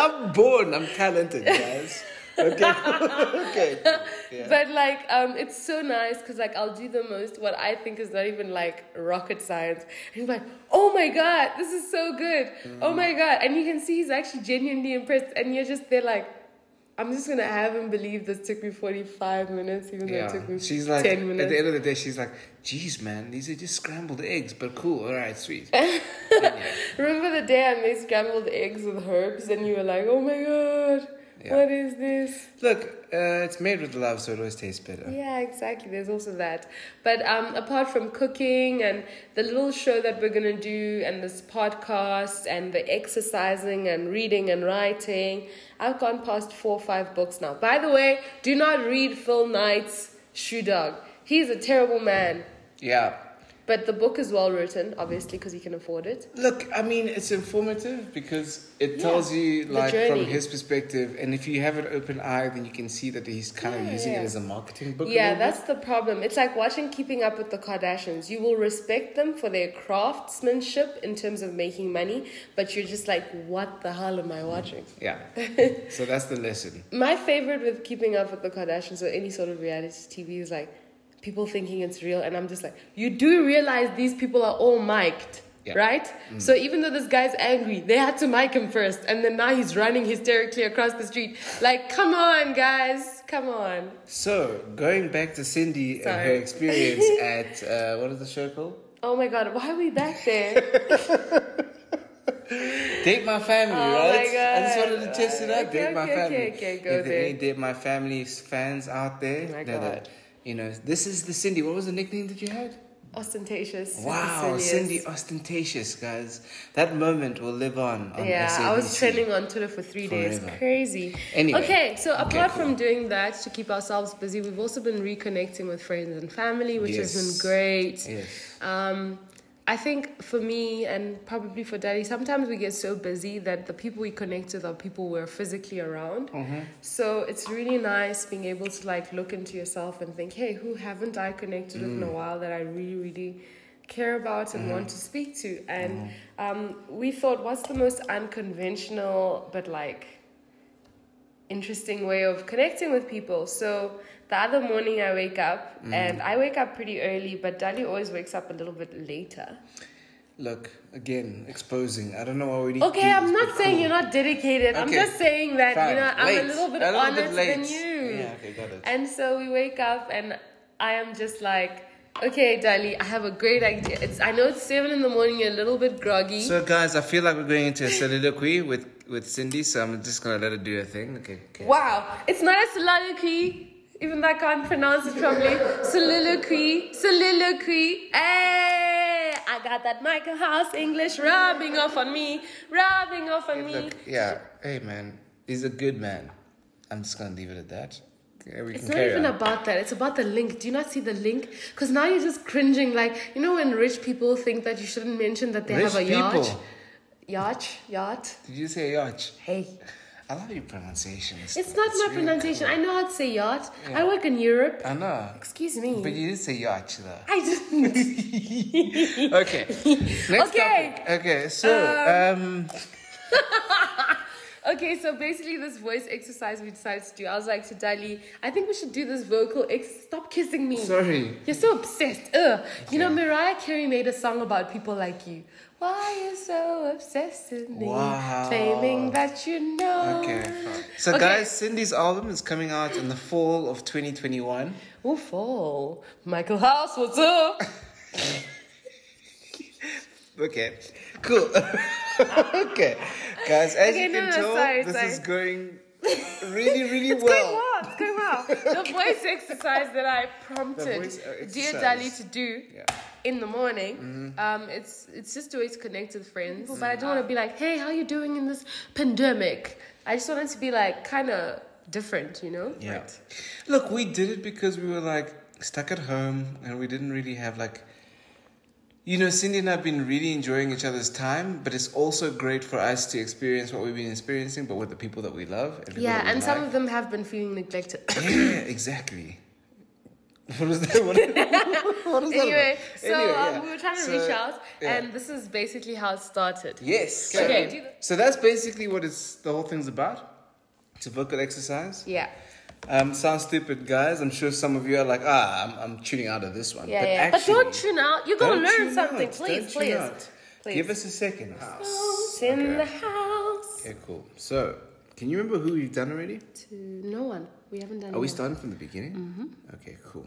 S2: I'm born. I'm talented, guys. Okay. okay. Yeah.
S1: But like, um, it's so nice because like I'll do the most what I think is not even like rocket science, and he's like, "Oh my god, this is so good!
S2: Mm-hmm.
S1: Oh my god!" And you can see he's actually genuinely impressed, and you're just there like, "I'm just gonna have him believe this took me 45 minutes, even though
S2: Yeah.
S1: it took me
S2: She's like,
S1: 10
S2: at
S1: minutes."
S2: the end of the day, she's like, geez, man, these are just scrambled eggs, but cool. All right, sweet.
S1: Remember the day I made scrambled eggs with herbs, and you were like, "Oh my god,
S2: Yeah.
S1: what is this?"
S2: Look, uh, it's made with love, so it always tastes better.
S1: Yeah, exactly. There's also that. But um, apart from cooking and the little show that we're going to do, and this podcast, and the exercising, and reading and writing, I've gone past four or five books now. By the way, do not read Phil Knight's Shoe Dog. He's a terrible man.
S2: Yeah.
S1: But the book is well written, obviously, because he can afford it.
S2: Look, I mean, it's informative because it
S1: Yeah.
S2: tells you,
S1: The
S2: like, from
S1: journey.
S2: his perspective, and if you have an open eye, then you can see that he's kind of
S1: Yeah,
S2: using it
S1: yeah.
S2: as a marketing book. a
S1: Yeah,
S2: little bit.
S1: that's the problem. It's like watching Keeping Up with the Kardashians. You will respect them for their craftsmanship in terms of making money, but you're just like, what the hell am I watching?
S2: Yeah. so that's the lesson.
S1: My favorite with Keeping Up with the Kardashians or any sort of reality TV is like people thinking it's real, and I'm just like, you do realize these people are all mic'd.
S2: Yeah. Mm.
S1: Right? So even though this guy's angry, they had to mic him first, and then now he's running hysterically across the street. Like, come on, guys, come on.
S2: So, going back to Cindy and her
S1: Sorry.
S2: experience at, uh, what is the show called?
S1: Oh my god, why are we back there?
S2: Date my family,
S1: Oh
S2: right?
S1: my
S2: I just
S1: God.
S2: wanted to test it out.
S1: Okay,
S2: date my
S1: okay,
S2: family.
S1: okay, okay, go
S2: if there are
S1: there.
S2: any date my family's fans out there,
S1: Oh my
S2: know that,
S1: God.
S2: you know, this is the Cindy. What was the nickname that you had?
S1: Ostentatious.
S2: Wow,
S1: supercilious.
S2: Cindy ostentatious, guys. That moment will live on. on
S1: Yeah, I was
S2: SABC.
S1: trending on Twitter for three days.
S2: Forever.
S1: Crazy.
S2: Anyway.
S1: Okay, so
S2: Okay,
S1: apart
S2: cool.
S1: from doing that to keep ourselves busy, we've also been reconnecting with friends and family, which has
S2: Yes.
S1: been great.
S2: Yes.
S1: Um, I think for me and probably for Daddy, sometimes we get so busy that the people we connect with are people we're physically around. So it's really nice being able to like look into yourself and think, hey, who haven't I connected with in a while that I really, really care about and want to speak to? And um, we thought, what's the most unconventional but like interesting way of connecting with people. So the other morning I wake up
S2: Mm.
S1: and I wake up pretty early, but Dali always wakes up a little bit later.
S2: Look, again, exposing. I don't know why we need to
S1: Okay,
S2: do
S1: I'm
S2: this,
S1: not
S2: but
S1: saying
S2: cool.
S1: you're not dedicated. I'm
S2: Okay,
S1: just saying that
S2: Fine.
S1: you know I'm
S2: Late.
S1: a little bit
S2: A little
S1: honest
S2: bit late.
S1: than you.
S2: Yeah, okay, got it.
S1: And so we wake up and I am just like, okay, Dali, I have a great idea. It's I know it's seven in the morning. You're a little bit groggy.
S2: So, guys, I feel like we're going into a soliloquy with, with Cindy, so I'm just going to let her do her thing. Okay, okay.
S1: Wow, it's not a soliloquy, even though I can't pronounce it properly. Soliloquy, soliloquy. Hey, I got that Michael House English rubbing off on me, rubbing off on me.
S2: Look, yeah, hey, man. He's a good man. I'm just going to leave it at that. Okay, we
S1: It's
S2: can
S1: not
S2: carry
S1: even
S2: on.
S1: about that. It's about the link. Do you not see the link? Because now you're just cringing. Like you know when rich people think that you shouldn't mention that they
S2: Rich
S1: have a yacht,
S2: people.
S1: yacht, yacht.
S2: Did you say yacht?
S1: Hey,
S2: I love your pronunciation.
S1: it's not my
S2: really
S1: pronunciation. I know how to say yacht. I work in Europe.
S2: cool. I know.
S1: Excuse me.
S2: But you did say yacht, though.
S1: I didn't.
S2: Okay. Next
S1: Okay.
S2: topic. Okay, so, um,
S1: Okay, so basically, this voice exercise we decided to do. I was like to Dali, I think we should do this vocal. Ex- Stop kissing me.
S2: sorry.
S1: You're so obsessed. Ugh. You know, Mariah Carey made a song about people like you. Why you so obsessed with me?
S2: Wow.
S1: Claiming that you know.
S2: Okay. So,
S1: Okay.
S2: guys, Cindy's album is coming out in the fall of 2021.
S1: Oh, fall. Michael House, what's up?
S2: Okay, cool. okay, guys, as
S1: Okay,
S2: you
S1: no,
S2: can
S1: no,
S2: tell,
S1: sorry,
S2: this
S1: sorry.
S2: is going really, really
S1: It's going
S2: well.
S1: well. It's going well. The voice exercise that I
S2: The
S1: prompted
S2: voice, uh,
S1: dear
S2: exercise.
S1: Dali to do
S2: Yeah.
S1: in the morning, um, it's it's just a way to connect with friends. But I don't want to be like, hey, how you doing in this pandemic? I just wanted to be like kind of different, you know?
S2: Yeah. Look, we did it because we were like stuck at home and we didn't really have like. You know, Cindy and I have been really enjoying each other's time, but it's also great for us to experience what we've been experiencing, but with the people that we love. And people
S1: Yeah,
S2: that we
S1: and
S2: like.
S1: some of them have been feeling neglected.
S2: yeah, exactly. What is that? What, what is that?
S1: anyway,
S2: about?
S1: so um,
S2: Anyway, yeah.
S1: we were trying to
S2: So,
S1: reach out,
S2: yeah.
S1: and this is basically how it started.
S2: yes.
S1: Okay.
S2: So, so that's basically what it's the whole thing's about. It's a vocal exercise.
S1: Yeah.
S2: Um, sounds stupid, guys. I'm sure some of you are like, ah, I'm, I'm tuning out of this one.
S1: Yeah,
S2: but
S1: yeah.
S2: Actually,
S1: but don't tune out. You're
S2: don't
S1: going to learn
S2: tune
S1: something.
S2: out.
S1: Please,
S2: Don't tune
S1: please.
S2: out.
S1: please. Oh,
S2: Give us a second.
S1: House in
S2: Okay.
S1: the house.
S2: Okay, cool. So, can you remember who we've done already?
S1: To no one. We haven't done
S2: Are we
S1: it.
S2: starting from the beginning? Mm-hmm. Okay, cool.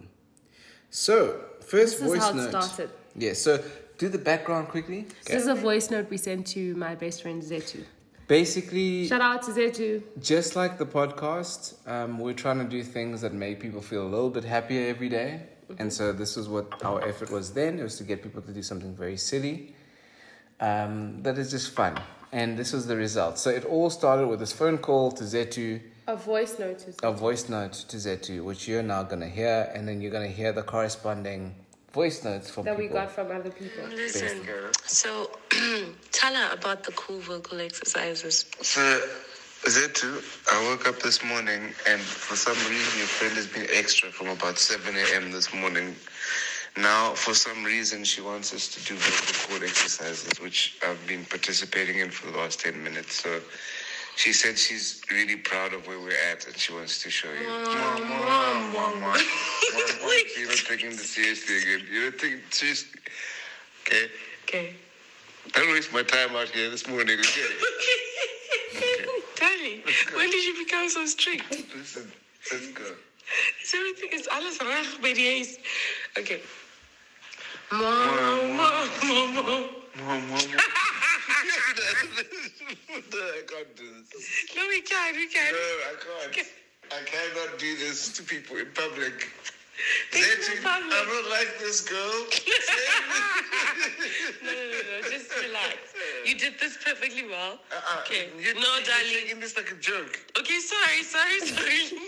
S2: So, first
S1: This is
S2: voice
S1: how it
S2: note.
S1: started.
S2: Yeah, so do the background quickly.
S1: This is a voice note we sent to my best friend Zetu.
S2: Basically,
S1: Shout out to Zetu.
S2: just like the podcast, um, we're trying to do things that make people feel a little bit happier every day.
S1: Mm-hmm.
S2: And so, this is what our effort was then. It was to get people to do something very silly um, that is just fun. And this was the result. So, it all started with this phone call to Zetu.
S1: A voice note to
S2: a voice note to Zetu, which you're now gonna hear, and then you're gonna hear the corresponding voice notes from
S1: that we
S2: people.
S1: got from other people.
S5: Listen, so tell her about the cool vocal exercises.
S6: So, Zetu, I woke up this morning and for some reason your friend has been extra from about 7 a.m. this morning. Now, for some reason, she wants us to do vocal cord exercises, which I've been participating in for the last 10 minutes. So, she said she's really proud of where we're at and she wants to show you. Mwah, mwah, mwah, mwah. Mwah, mwah. You're not taking this seriously again. You're not taking it seriously. Okay?
S5: Okay.
S6: Don't waste my time out here this morning, okay?
S5: Danny, when did you become so strict?
S6: Listen, let's go.
S5: Is everything is alles recht bij die eens? Okay. Mom, mom, mom, mom.
S6: Mom, mom, mom. no, I can't do this.
S5: No, we can, we can.
S6: No, I can't. I cannot do this to people in public.
S5: It's
S6: Zetty,
S5: so public.
S6: I don't like this girl.
S5: no, no, no, no. Just relax. You did this perfectly well.
S6: Uh-uh.
S5: Okay.
S6: You're,
S5: no,
S6: you're
S5: darling.
S6: taking this like a joke.
S5: Okay, sorry, sorry, sorry.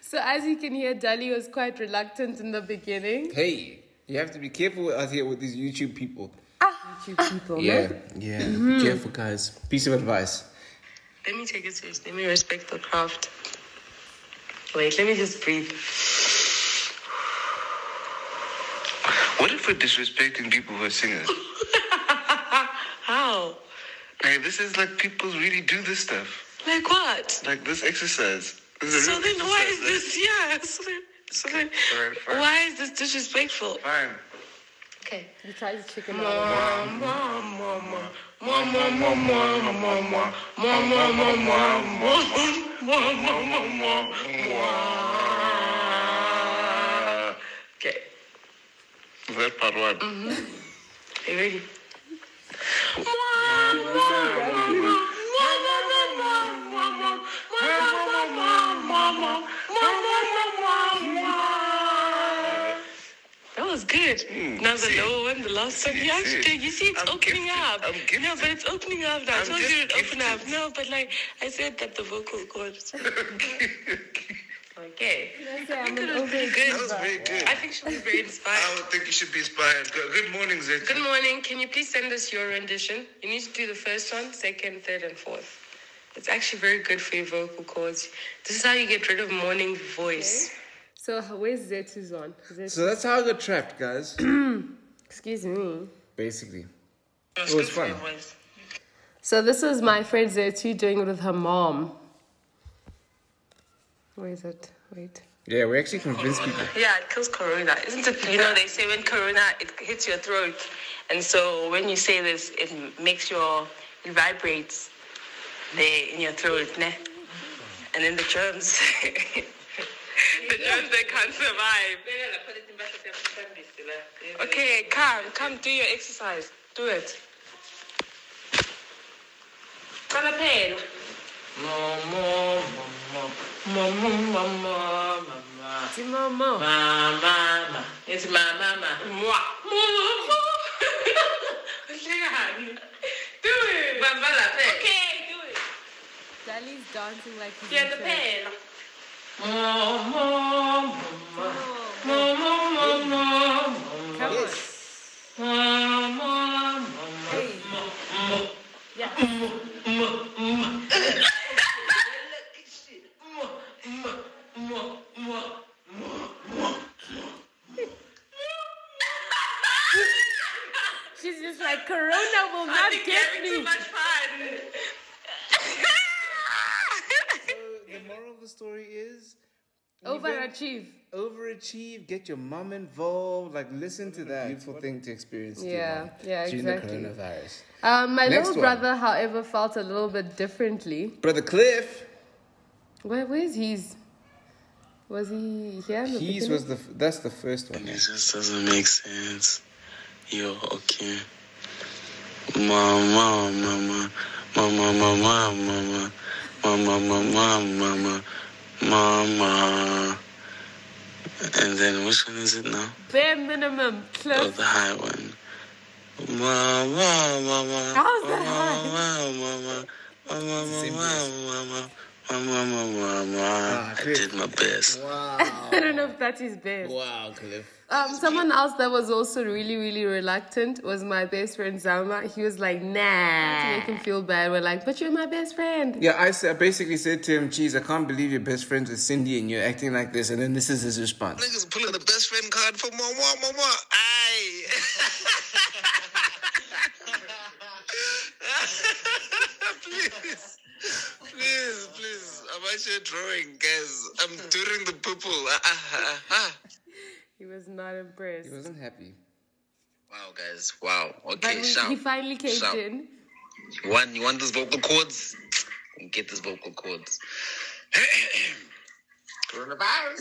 S1: So as you can hear, Dali was quite reluctant in the beginning.
S2: Hey, you have to be careful out here with these YouTube people.
S7: YouTube people.
S2: Yeah, yeah.
S1: Mm-hmm.
S2: Careful, guys. Piece of advice.
S5: let me take it seriously. Let me respect the craft. Wait, let me just breathe.
S6: What if we're disrespecting people who are singers?
S5: How?
S6: Like this is like people really do this stuff.
S5: Like what?
S6: Like this exercise. This is a
S5: So
S6: real
S5: then why is
S6: exercise,
S5: this? Yeah. So then, so then
S6: Alright, fine.
S5: why is this disrespectful?
S6: like, Fine.
S5: Okay.
S7: You try to check him out.
S5: Mama, Okay.
S6: Is that part one?
S5: Are you ready? That was good. now the
S6: Hmm. see?
S5: lower one, the last one. You
S6: See,
S5: actually,
S6: see?
S5: you see, it's
S6: I'm
S5: opening
S6: gifted.
S5: up.
S6: I'm gifted.
S5: No, but it's opening up now. I
S6: I'm
S5: told you it
S6: just
S5: would open up.
S6: gifted.
S5: No, but like I said that the vocal cords. okay. I think it was pretty
S6: That was
S5: good.
S6: very good.
S5: I think she was very
S6: I
S5: inspired.
S6: would think you should be inspired. Go- Good morning, Zetty.
S5: Good morning. Can you please send us your rendition? You need to do the first one, second, third, and fourth. It's actually very good for your vocal cords. This is how you get rid of morning voice.
S1: So where's Zetu's on? Zetu.
S2: So that's how I got trapped, guys.
S1: Excuse me.
S2: Basically.
S5: It
S2: was fun.
S1: So this is my friend Zetu doing it with her mom. Where is it? Wait.
S2: Yeah, we actually convinced people.
S5: Yeah, it kills corona, isn't it? You know, they say when corona it hits your throat, and so when you say this, it makes your it vibrates there in your throat, ne? And then the germs, the germs they can't survive. Okay, come, come, do your exercise. Do it. Colour pen.
S1: Mama.
S5: Mama, it's my mama. Moi. Mama. do it. Bamba la paix. Okay, do it.
S1: Dali's dancing like he's
S5: Yeah,
S1: in
S5: the
S1: church.
S5: pain. Mama, mama, mama,
S1: Come on.
S5: mama, mama.
S1: She's just like Corona will not get
S5: Too
S1: me.
S5: much fun.
S2: The moral of the story is
S1: Overachieve.
S2: overachieve, get your mom involved. Like, listen to that. Beautiful thing to experience.
S1: Yeah,
S2: Timon,
S1: yeah,
S2: during
S1: exactly.
S2: the coronavirus.
S1: Um, my
S2: Next
S1: little
S2: one.
S1: brother, however, felt a little bit differently.
S2: Brother Cliff,
S1: Where where's his? Was he here? in the
S2: he's
S1: beginning?
S2: was the f- that's the first one.
S6: It just doesn't make sense. Yo, okay. Mama, mama, mama, mama, mama, mama, mama, mama, mama. And then which one is it now?
S1: bare minimum
S6: Oh,
S1: close.
S6: the high one. Mama, mama.
S1: How's that
S6: Mama, mama, mama, mama, mama, mama, mama. I did my best.
S1: I don't know if that is bad.
S2: Wow, Cliff.
S1: Um, someone else that was also really, really reluctant was my best friend Zama. He was like, nah. To make him feel bad, we're like, but you're my best friend.
S2: Yeah, I, s- I basically said to him, "Geez, I can't believe your best friends with Cindy and you're acting like this." And then this is his response.
S6: Niggas pulling the best friend card for mama, mama. Aye. please, please, please. I'm actually drawing, guys. I'm doing the purple. Ah, ah, ah, ah.
S1: He was not impressed.
S2: He wasn't happy.
S6: Wow, guys. Wow.
S1: but
S6: Okay,
S1: we,
S6: shout.
S1: he finally caved
S6: Shout.
S1: in.
S6: You want, you want those vocal cords? Get those vocal cords. Coronavirus.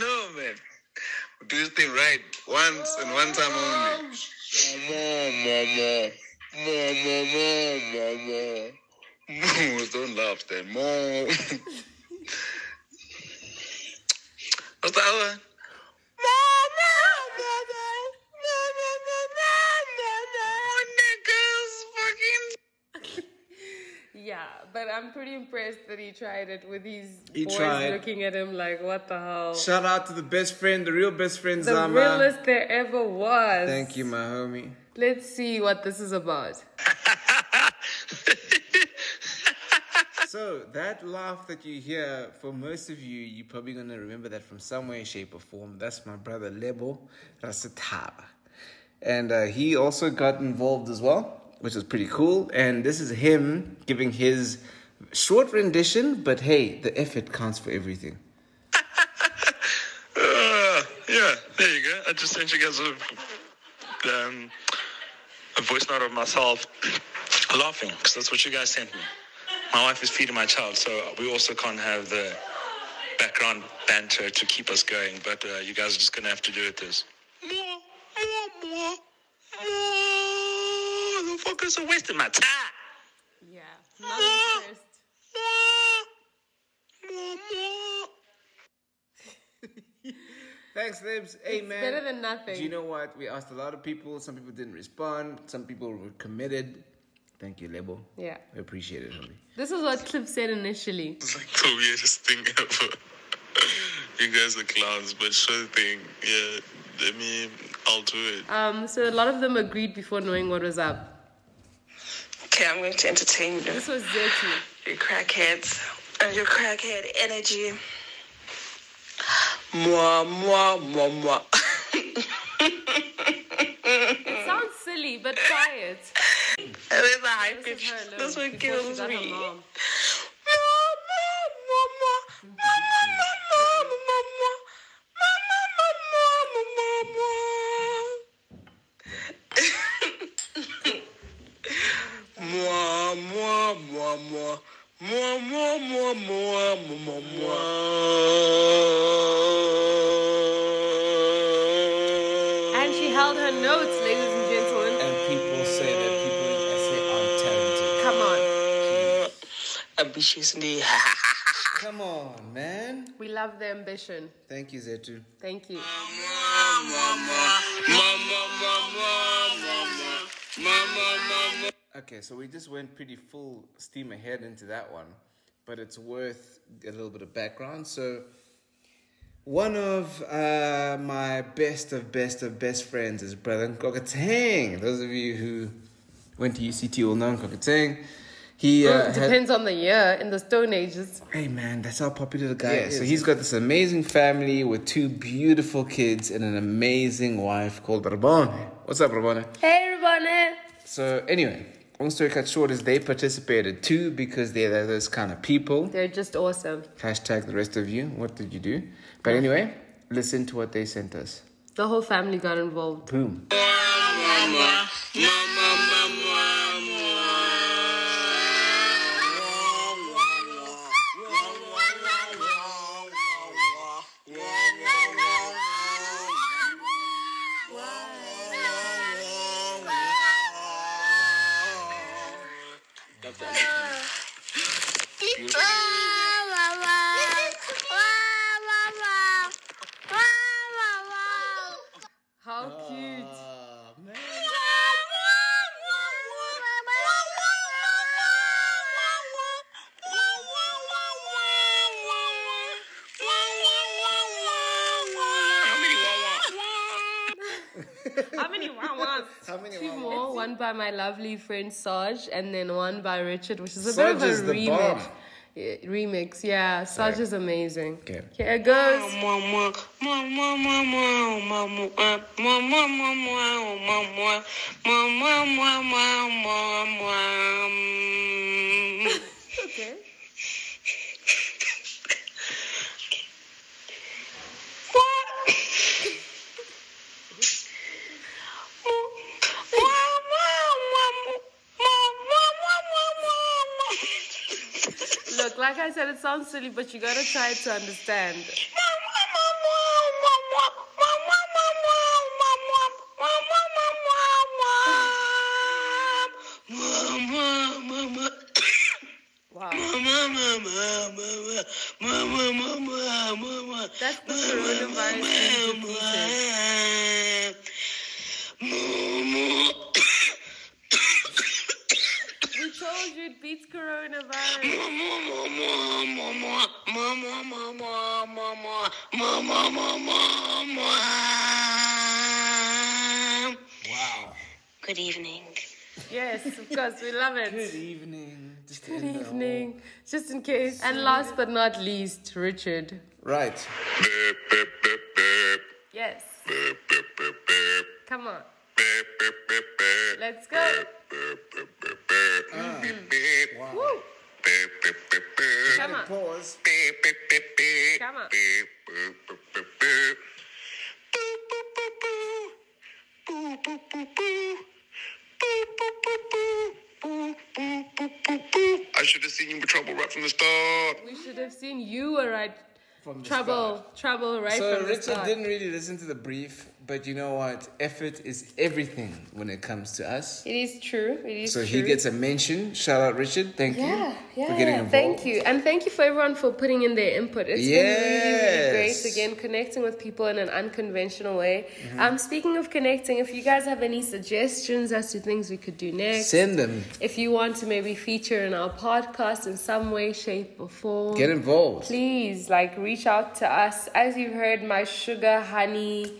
S6: no, man. Do this thing right once and one time only. More, more, more. More, more, more, more, more.
S3: Don't laugh then. Mom. What's the other one?
S1: Yeah, but I'm pretty impressed that he tried it with his
S2: He
S1: boys
S2: tried.
S1: looking at him like, what the hell?
S2: Shout out to the best friend, the real best friend,
S1: the
S2: Zama.
S1: realest there ever was.
S2: Thank you, my homie.
S1: Let's see what this is about.
S2: So that laugh that you hear, for most of you, you're probably gonna remember that from some way, shape, or form. That's my brother Lebo Rasataba, and uh, he also got involved as well, which is pretty cool. And this is him giving his short rendition, but hey, the effort counts for everything.
S3: Uh, yeah, there you go. I just sent you guys a, um, a voice note of myself laughing because that's what you guys sent me. My wife is feeding my child, so we also can't have the background banter to keep us going. But uh, you guys are just gonna have to do it this. Motherfuckers are wasting my time.
S1: Yeah, not impressed.
S2: Thanks, Libs. Hey, man.
S1: better than nothing.
S2: Do you know what? We asked a lot of people. Some people didn't respond. Some people were committed. Thank you, Lebo.
S1: Yeah.
S2: We appreciate it, homie.
S1: This is what Cliff said initially.
S3: It's like the weirdest thing ever. you guys are clowns, but sure thing. Yeah, I mean, I'll do it.
S1: Um, so a lot of them agreed before knowing what was up.
S5: Okay, I'm going to entertain you.
S1: This was dirty.
S5: your crackheads and your crackhead energy. Mwah, mwah, mwah, mwah.
S1: It sounds silly, but try it.
S5: And then the high
S1: This is
S5: pitch.
S1: her alone
S5: This one
S1: before she
S5: kills
S1: got her
S5: me. Mwah,
S1: mom.
S5: mwah, mwah, mwah. Mwah, mwah, mwah, mwah, mwah, mwah. Mwah, mwah, mwah, mwah, mwah, mwah, mwah. Mwah, mwah, mwah, mwah. Mwah, mwah, mwah, mwah, mwah, mwah, mwah.
S1: And she held her notes, ladies and gentlemen.
S2: And people say that people in SA are talented.
S1: Come on.
S5: ambitiously.
S2: Come on, man.
S1: We love the ambition.
S2: Thank you, Zetu.
S1: Thank you.
S2: Okay, so we just went pretty full steam ahead into that one, but it's worth a little bit of background. So, one of uh, my best of best of best friends is Brother Nkokatang. Those of you who went to UCT will know Nkokatang. He uh, had-
S1: Depends on the year. In the Stone Ages,
S2: Hey man, that's how popular the guy
S8: Yeah,
S2: is. So
S8: yes,
S2: he's got this amazing family with two beautiful kids and an amazing wife called Rabone. What's up, Rabone?
S1: hey everyone.
S2: So anyway, long story cut short is they participated too because they're those kind of people.
S1: They're just awesome.
S2: Hashtag the rest of you. What did you do? But anyway, listen to what they sent us.
S1: The whole family got involved.
S2: Boom.
S1: How cute. How many wawas? How many Two more. One by my lovely friend Sarge, and then one by Richard, which is a
S2: Sarge
S1: bit
S2: is
S1: of a
S2: the
S1: remix.
S2: bomb.
S1: Yeah, Remix, yeah. Sarge is amazing.
S2: Okay.
S1: Here it goes. Okay. Look, like I said, it sounds silly, but you gotta try to understand. We told you it beats coronavirus.
S2: Wow.
S9: Good evening.
S1: Yes, of course, we love
S2: Good
S1: it.
S2: evening. Just to
S1: Good
S2: end the whole-
S1: evening, just in case. And last but not least, Richard.
S2: Right.
S1: Yes. Come on, let's go. Woo. Come on,
S2: Pause.
S1: come on.
S6: I should have seen you with trouble right from the start.
S1: We should have seen you were right.
S2: From the
S1: Trouble,
S2: start.
S1: trouble, right
S2: So
S1: from the
S2: Richard
S1: start.
S2: didn't really listen to the brief, but you know what? Effort is everything when it comes to us.
S1: It is true. It is
S2: So
S1: true.
S2: he gets a mention. Shout out Richard. Thank
S1: Yeah,
S2: you
S1: yeah.
S2: for getting involved.
S1: Thank you. And thank you for everyone for putting in their input. It's been really, really
S2: Yes. Mm-hmm.
S1: great. Again, connecting with people in an unconventional way. Um, speaking of connecting, if you guys have any suggestions as to things we could do next,
S2: Send them.
S1: if you want to maybe feature in our podcast in some way, shape, or form,
S2: Get involved.
S1: please like reach out to us. As you've heard, my sugar, honey,
S2: Boo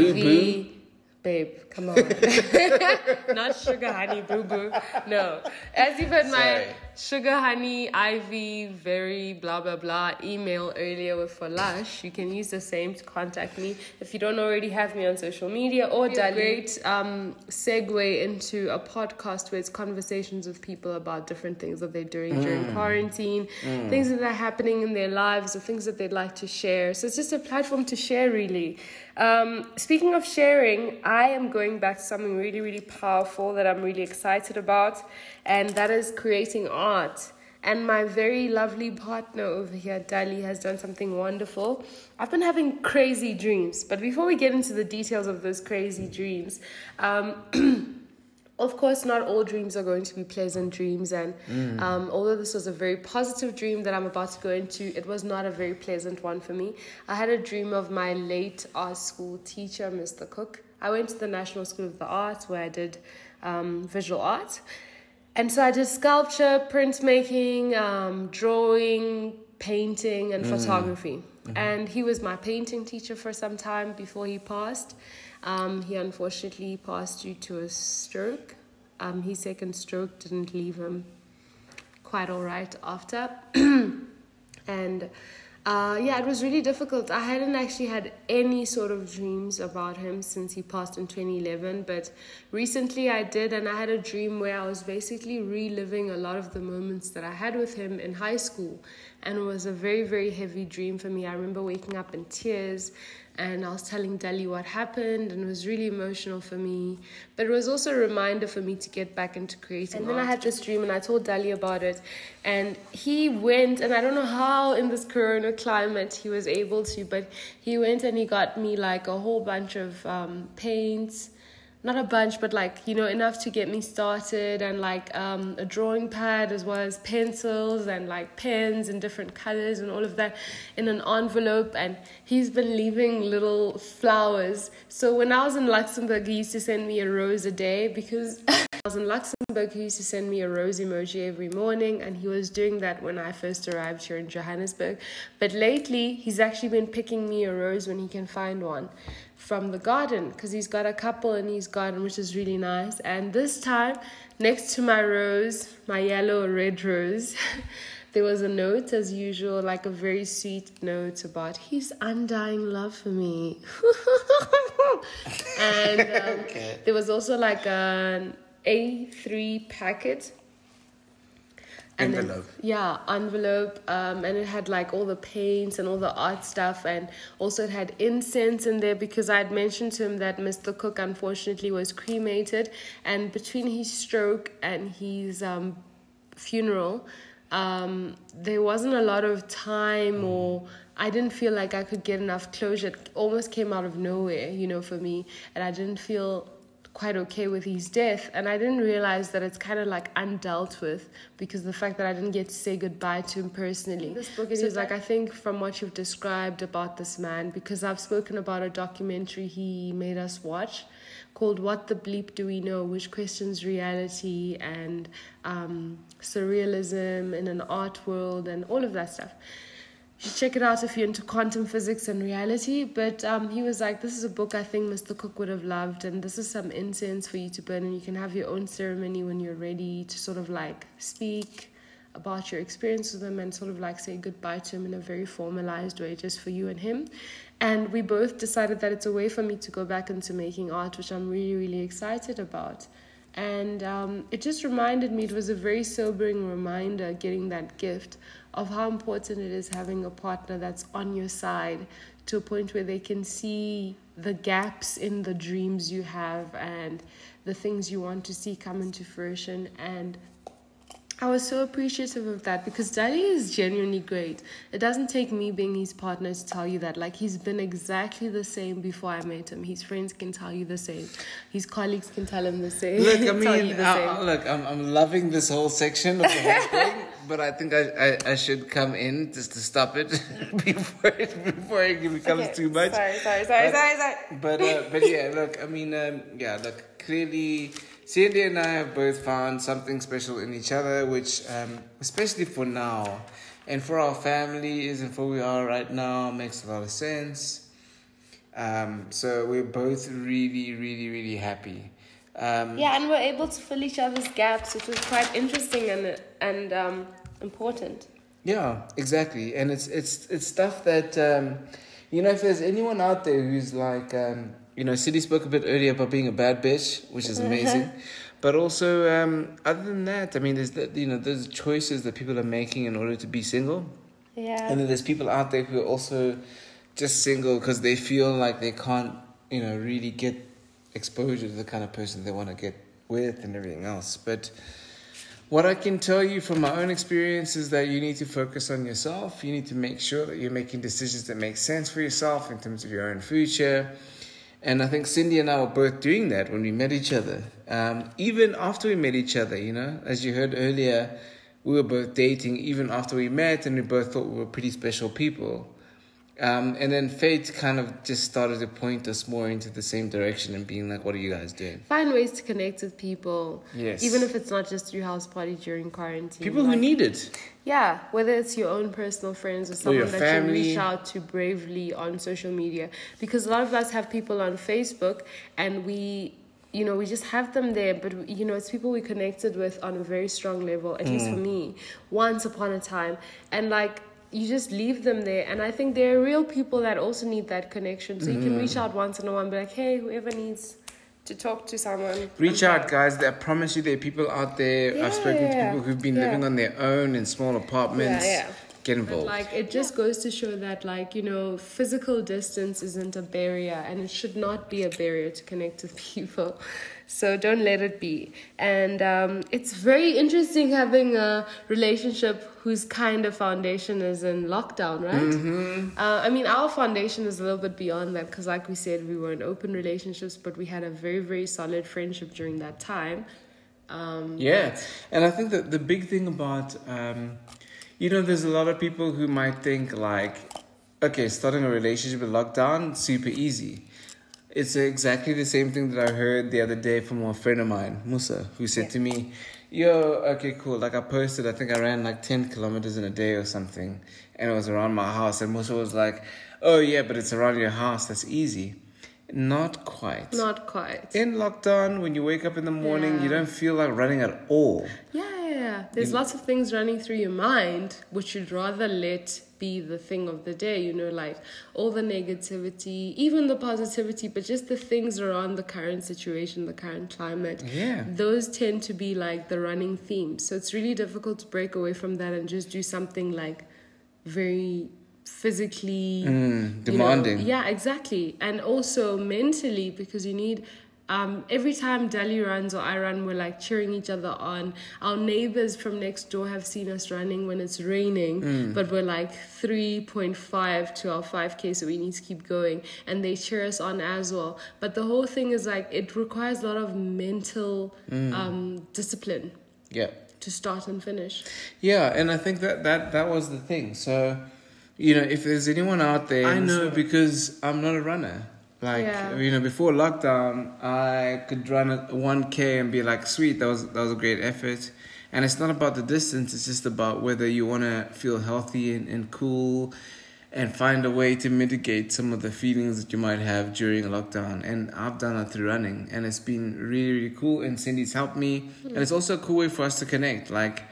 S1: ivy, babe, come on, not sugar, honey, boo boo. No, as you've heard,
S2: Sorry.
S1: my sugar, honey, ivy, very blah blah blah email earlier with for Lush. You can use the same to contact me if you don't already have me on social media or Dali. Great um, segue into a podcast where it's conversations with people about different things that they're doing during quarantine, things that are happening in their lives, or things that they'd like to share. So it's just a platform to share, really. Um, speaking of sharing, I am going back to something really, really powerful that I'm really excited about, and that is creating art. And my very lovely partner over here, Dali, has done something wonderful. I've been having crazy dreams, but before we get into the details of those crazy dreams, um, of course, not all dreams are going to be pleasant dreams. And um, although this was a very positive dream that I'm about to go into, it was not a very pleasant one for me. I had a dream of my late art school teacher, Mr. Cook. I went to the National School of the Arts where I did um, visual art. And so I did sculpture, printmaking, um, drawing, painting, and photography. And he was my painting teacher for some time before he passed. Um, he unfortunately passed due to a stroke. Um, his second stroke didn't leave him quite all right after. and uh, yeah, it was really difficult. I hadn't actually had any sort of dreams about him since he passed in 2011, but recently I did, and I had a dream where I was basically reliving a lot of the moments that I had with him in high school. And it was a very, very heavy dream for me. I remember waking up in tears and I was telling Dali what happened, and it was really emotional for me. But it was also a reminder for me to get back into creating. And then I had this dream, and I told Dali about it, and he went, and I don't know how in this corona climate he was able to, but he went and he got me like a whole bunch of um, paints. Not a bunch, but like, you know, enough to get me started and like um, a drawing pad as well as pencils and like pens in different colors and all of that in an envelope. And he's been leaving little flowers. So when I was in Luxembourg, he used to send me a rose a day because I was in Luxembourg, he used to send me a rose emoji every morning. And he was doing that when I first arrived here in Johannesburg. But lately, he's actually been picking me a rose when he can find one from the garden because he's got a couple in his garden, which is really nice. And this time, next to my rose, my yellow or red rose, there was a note as usual, like a very sweet note about his undying love for me. and um, there was also like an A3 packet and then-
S2: Envelope.
S1: yeah, envelope. Um, and it had like all the paints and all the art stuff, and also it had incense in there because I had mentioned to him that Mr. Cook unfortunately was cremated, and between his stroke and his um, funeral, um, there wasn't a lot of time or. I didn't feel like I could get enough closure. It almost came out of nowhere, you know, for me. And I didn't feel quite okay with his death and i didn't realize that it's kind of like undealt with because the fact that i didn't get to say goodbye to him personally this book is like i think from what you've described about this man because i've spoken about a documentary he made us watch called What the Bleep Do We Know, which questions reality and um, surrealism in an art world and all of that stuff. You should check it out if you're into quantum physics and reality. But um, he was like, This is a book I think Mr. Cook would have loved, and this is some incense for you to burn, and you can have your own ceremony when you're ready to sort of like speak about your experience with him and sort of like say goodbye to him in a very formalized way, just for you and him. And we both decided that it's a way for me to go back into making art, which I'm really, really excited about. And um, it just reminded me, it was a very sobering reminder getting that gift of how important it is having a partner that's on your side to a point where they can see the gaps in the dreams you have and the things you want to see come into fruition and I was so appreciative of that because Daddy is genuinely great. It doesn't take me being his partner to tell you that. Like, he's been exactly the same before I met him. His friends can tell you the same, his colleagues can tell him the same.
S2: Look, I
S1: tell you
S2: mean, uh,
S1: the
S2: I,
S1: same.
S2: I- look, I'm, I'm loving this whole section of the whole thing, but I think I, I, I should come in just to stop it before it, before it becomes
S4: Okay,
S2: too much.
S4: Sorry, sorry, sorry,
S2: But-
S4: sorry, sorry.
S2: But uh, but yeah, look, I mean, um, yeah, look, clearly, Sandy and I have both found something special in each other, which, um, especially for now, and for our families and for where we are right now, makes a lot of sense. Um, so we're both really, really, really happy. Um,
S1: Yeah, and we're able to fill each other's gaps, which was quite interesting and, and um, important.
S2: Yeah, exactly, and it's it's it's stuff that um, you know. If there's anyone out there who's like, um, you know, City spoke a bit earlier about being a bad bitch, which is amazing, but also um, other than that, I mean, there's the, you know, there's choices that people are making in order to be single,
S1: Yeah.
S2: and then there's people out there who are also just single because they feel like they can't, you know, really get exposure to the kind of person they want to get with and everything else. But what I can tell you from my own experience is that you need to focus on yourself. You need to make sure that you're making decisions that make sense for yourself in terms of your own future. And I think Cindy and I were both doing that when we met each other. Um, even after we met each other, you know, as you heard earlier, we were both dating even after we met, and we both thought we were pretty special people. Um, and then fate kind of just started to point us more into the same direction and being like, what are you guys doing?
S1: Find ways to connect with people.
S2: Yes.
S1: Even if it's not just your house party during quarantine.
S2: People who
S1: like-
S2: need it.
S1: Yeah, whether it's your own personal friends or someone
S2: your
S1: that
S2: family.
S1: you reach out to bravely on social media. Because a lot of us have people on Facebook and we, you know, we just have them there, but, you know, it's people we connected with on a very strong level, at least for
S2: Mm.
S1: me, once upon a time. And like, you just leave them there. And I think there are real people that also need that connection. So you
S2: Mm.
S1: can reach out once in a while and be like, hey, whoever needs to talk to someone.
S2: Reach out, guys. I promise you, there are people out there. I've spoken to
S1: Yeah.
S2: people who've been
S1: Yeah.
S2: living on their own in small apartments.
S4: Yeah, yeah.
S2: Get involved.
S1: Like it just goes to show that like you know physical distance isn't a barrier and it should not be a barrier to connect with people. So don't let it be. And um, it's very interesting having a relationship whose kind of foundation is in lockdown, right? Uh, I mean, our foundation is a little bit beyond that because, like we said, we were in open relationships, but we had a very, very solid friendship during that time. Um,
S2: Yeah, and I think that the big thing about, um, you know, there's a lot of people who might think like, okay, starting a relationship with lockdown super easy. It's exactly the same thing that I heard the other day from a friend of mine, Musa, who said to me, "Yo, okay, cool. Like I posted, I think I ran like ten kilometers in a day or something, and it was around my house." And Musa was like, "Oh yeah, but it's around your house. That's easy." Not quite.
S1: not quite.
S2: In lockdown, when you wake up in the morning, you
S1: Yeah.
S2: don't feel like running at all.
S1: Yeah, yeah, yeah. There's lots of things running through your mind which you'd rather let be the thing of the day, you know, like all the negativity, even the positivity, but just the things around the current situation, the current climate.
S2: Yeah.
S1: Those tend to be like the running themes. So it's really difficult to break away from that and just do something like very physically you know,
S2: demanding.
S1: yeah, exactly. And also mentally, because you need. Um, every time Dali runs or I run, we're like cheering each other on. Our neighbors from next door have seen us running when it's raining, but we're like 3.5 to our 5K, so we need to keep going. And they cheer us on as well. But the whole thing is like, it requires a lot of mental um, discipline
S2: Yeah.
S1: to start and finish.
S2: Yeah, and I think that that that was the thing. So, you know, if there's anyone out there, I know because I'm not a runner. Like
S1: Yeah.
S2: you know, before lockdown, I could run a one k and be like, "Sweet, that was that was a great effort." And it's not about the distance; it's just about whether you want to feel healthy and, and cool, and find a way to mitigate some of the feelings that you might have during lockdown. And I've done that through running, and it's been really really cool. And Cindy's helped me, and it's also a cool way for us to connect. Like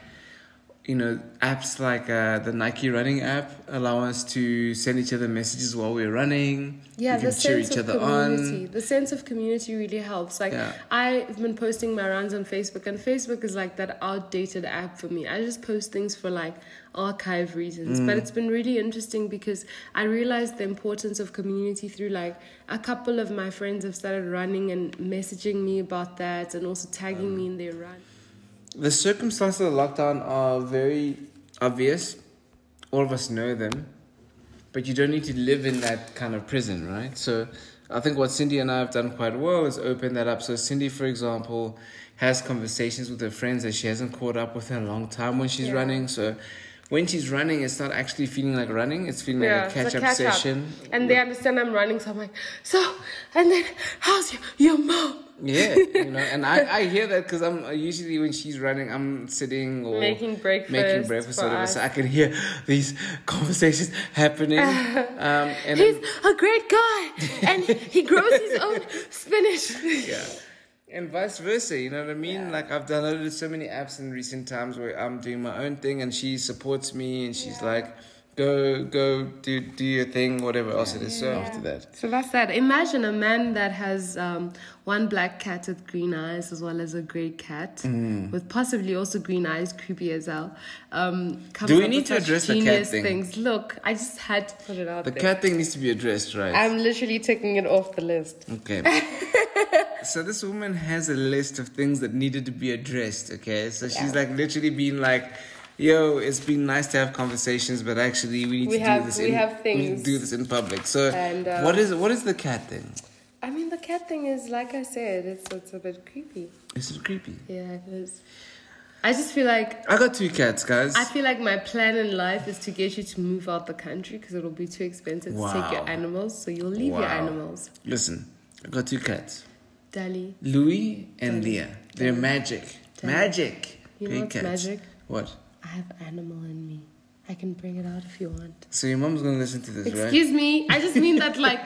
S2: you know, apps like uh, the Nike running app allow us to send each other messages while we're running.
S1: Yeah,
S2: we can
S1: the
S2: cheer
S1: sense
S2: each
S1: of
S2: other
S1: community.
S2: on.
S1: The sense of community really helps. Like
S2: Yeah.
S1: I've been posting my runs on Facebook, and Facebook is like that outdated app for me. I just post things for like archive reasons,
S2: Mm.
S1: but it's been really interesting because I realized the importance of community through like a couple of my friends have started running and messaging me about that, and also tagging
S2: Um,
S1: me in their run.
S2: The circumstances of lockdown are very obvious. All of us know them, but you don't need to live in that kind of prison, right? So, I think what Cindy and I have done quite well is open that up. So, Cindy, for example, has conversations with her friends that she hasn't caught up with in a long time when she's running. So, when she's running, it's not actually feeling like running; it's feeling like a
S1: it's a
S2: catch-up
S1: catch-up.
S2: session.
S1: and they understand I'm running, so I'm like, so, and then how's your your mom?
S2: Yeah, you know, and I, I hear that because I'm uh, usually when she's running, I'm sitting or
S1: Making breakfast
S2: making breakfast,
S1: for
S2: or whatever, so
S1: us.
S2: I can hear these conversations happening. um, and
S1: He's a great guy, and he grows his own spinach.
S2: yeah, and vice versa. You know what I mean? Like I've downloaded so many apps in recent times where I'm doing my own thing, and she supports me, and she's like, "Go, go, do do your thing, whatever else it is." So after that,
S1: So that's that. Imagine a man that has um, one black cat with green eyes, as well as a grey cat
S2: Mm.
S1: with possibly also green eyes, creepy as hell. Um, comes
S2: Do we
S1: up
S2: need
S1: with
S2: to
S1: such
S2: address the cat
S1: genius
S2: thing?
S1: Things. Look, I just had to put it out
S2: the
S1: there.
S2: cat thing needs to be addressed, right?
S1: I'm literally taking it off the list.
S2: Okay. so this woman has a list of things that needed to be addressed, okay? So she's like literally being like, yo, it's been nice to have conversations, but actually we need
S1: We
S2: to
S1: have-
S2: do this
S1: we
S2: in
S1: have
S2: we need
S1: things.
S2: to do this in public. So
S1: And, uh,
S2: what is what is the cat thing?
S1: I mean, the cat thing is, like I said, it's it's a bit creepy.
S2: Is it creepy?
S1: Yeah, it is. I just feel like
S2: I got two cats, guys.
S1: I feel like my plan in life is to get you to move out the country because it'll be too expensive to take
S2: Wow.
S1: your animals. So you'll leave your
S2: Wow.
S1: animals.
S2: Listen, I got two cats.
S1: Dali,
S2: Louis and Leah. They're magic.
S1: Tell me.
S2: Magic.
S1: You know
S2: Big
S1: what's
S2: cats.
S1: magic?
S2: What?
S1: I have animal in me. I can bring it out if you want.
S2: So your mom's gonna listen to this, right?
S1: Excuse me. I just mean that like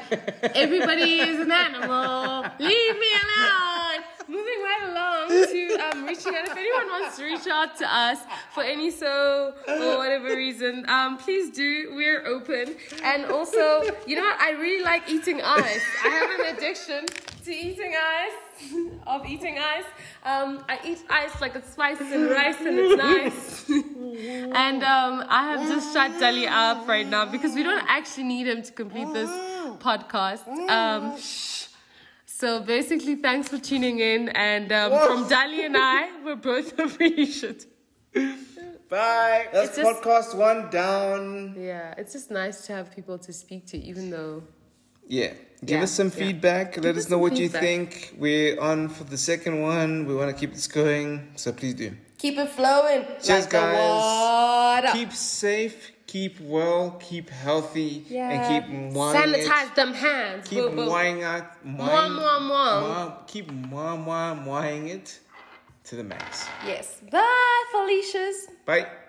S1: everybody is an animal. Leave me alone. Moving right along to um, reaching out. If anyone wants to reach out to us for any so or whatever reason, um, please do. We're open. And also, you know what? I really like eating ice. I have an addiction to eating ice. Of eating ice. Um, I eat ice like it's spices and rice and it's nice. And um, I have just shut Dali up right now because we don't actually need him to complete this podcast. Um, shh. so basically, thanks for tuning in. And um, from Dali and I, we're both appreciative.
S2: Bye. That's
S1: It's just-
S2: podcast one down.
S1: Yeah, it's just nice to have people to speak to, even though.
S2: Yeah. Give
S1: Yeah,
S2: us some
S1: yeah.
S2: feedback. Let
S1: us
S2: us know
S1: some
S2: what
S1: feedback.
S2: you think. We're on for the second one. We want to keep this going. So please do.
S1: Keep it flowing.
S2: Cheers, guys.
S1: water.
S2: Keep safe, keep well, keep healthy, and keep mwahing it.
S1: Sanitize them hands.
S2: Keep
S1: boo, boo.
S2: mwahing out.
S1: Mwah, mwah, mwah.
S2: Keep mwah, mwah, mwahing it to the max.
S1: Yes. Bye, Felicia's.
S2: Bye.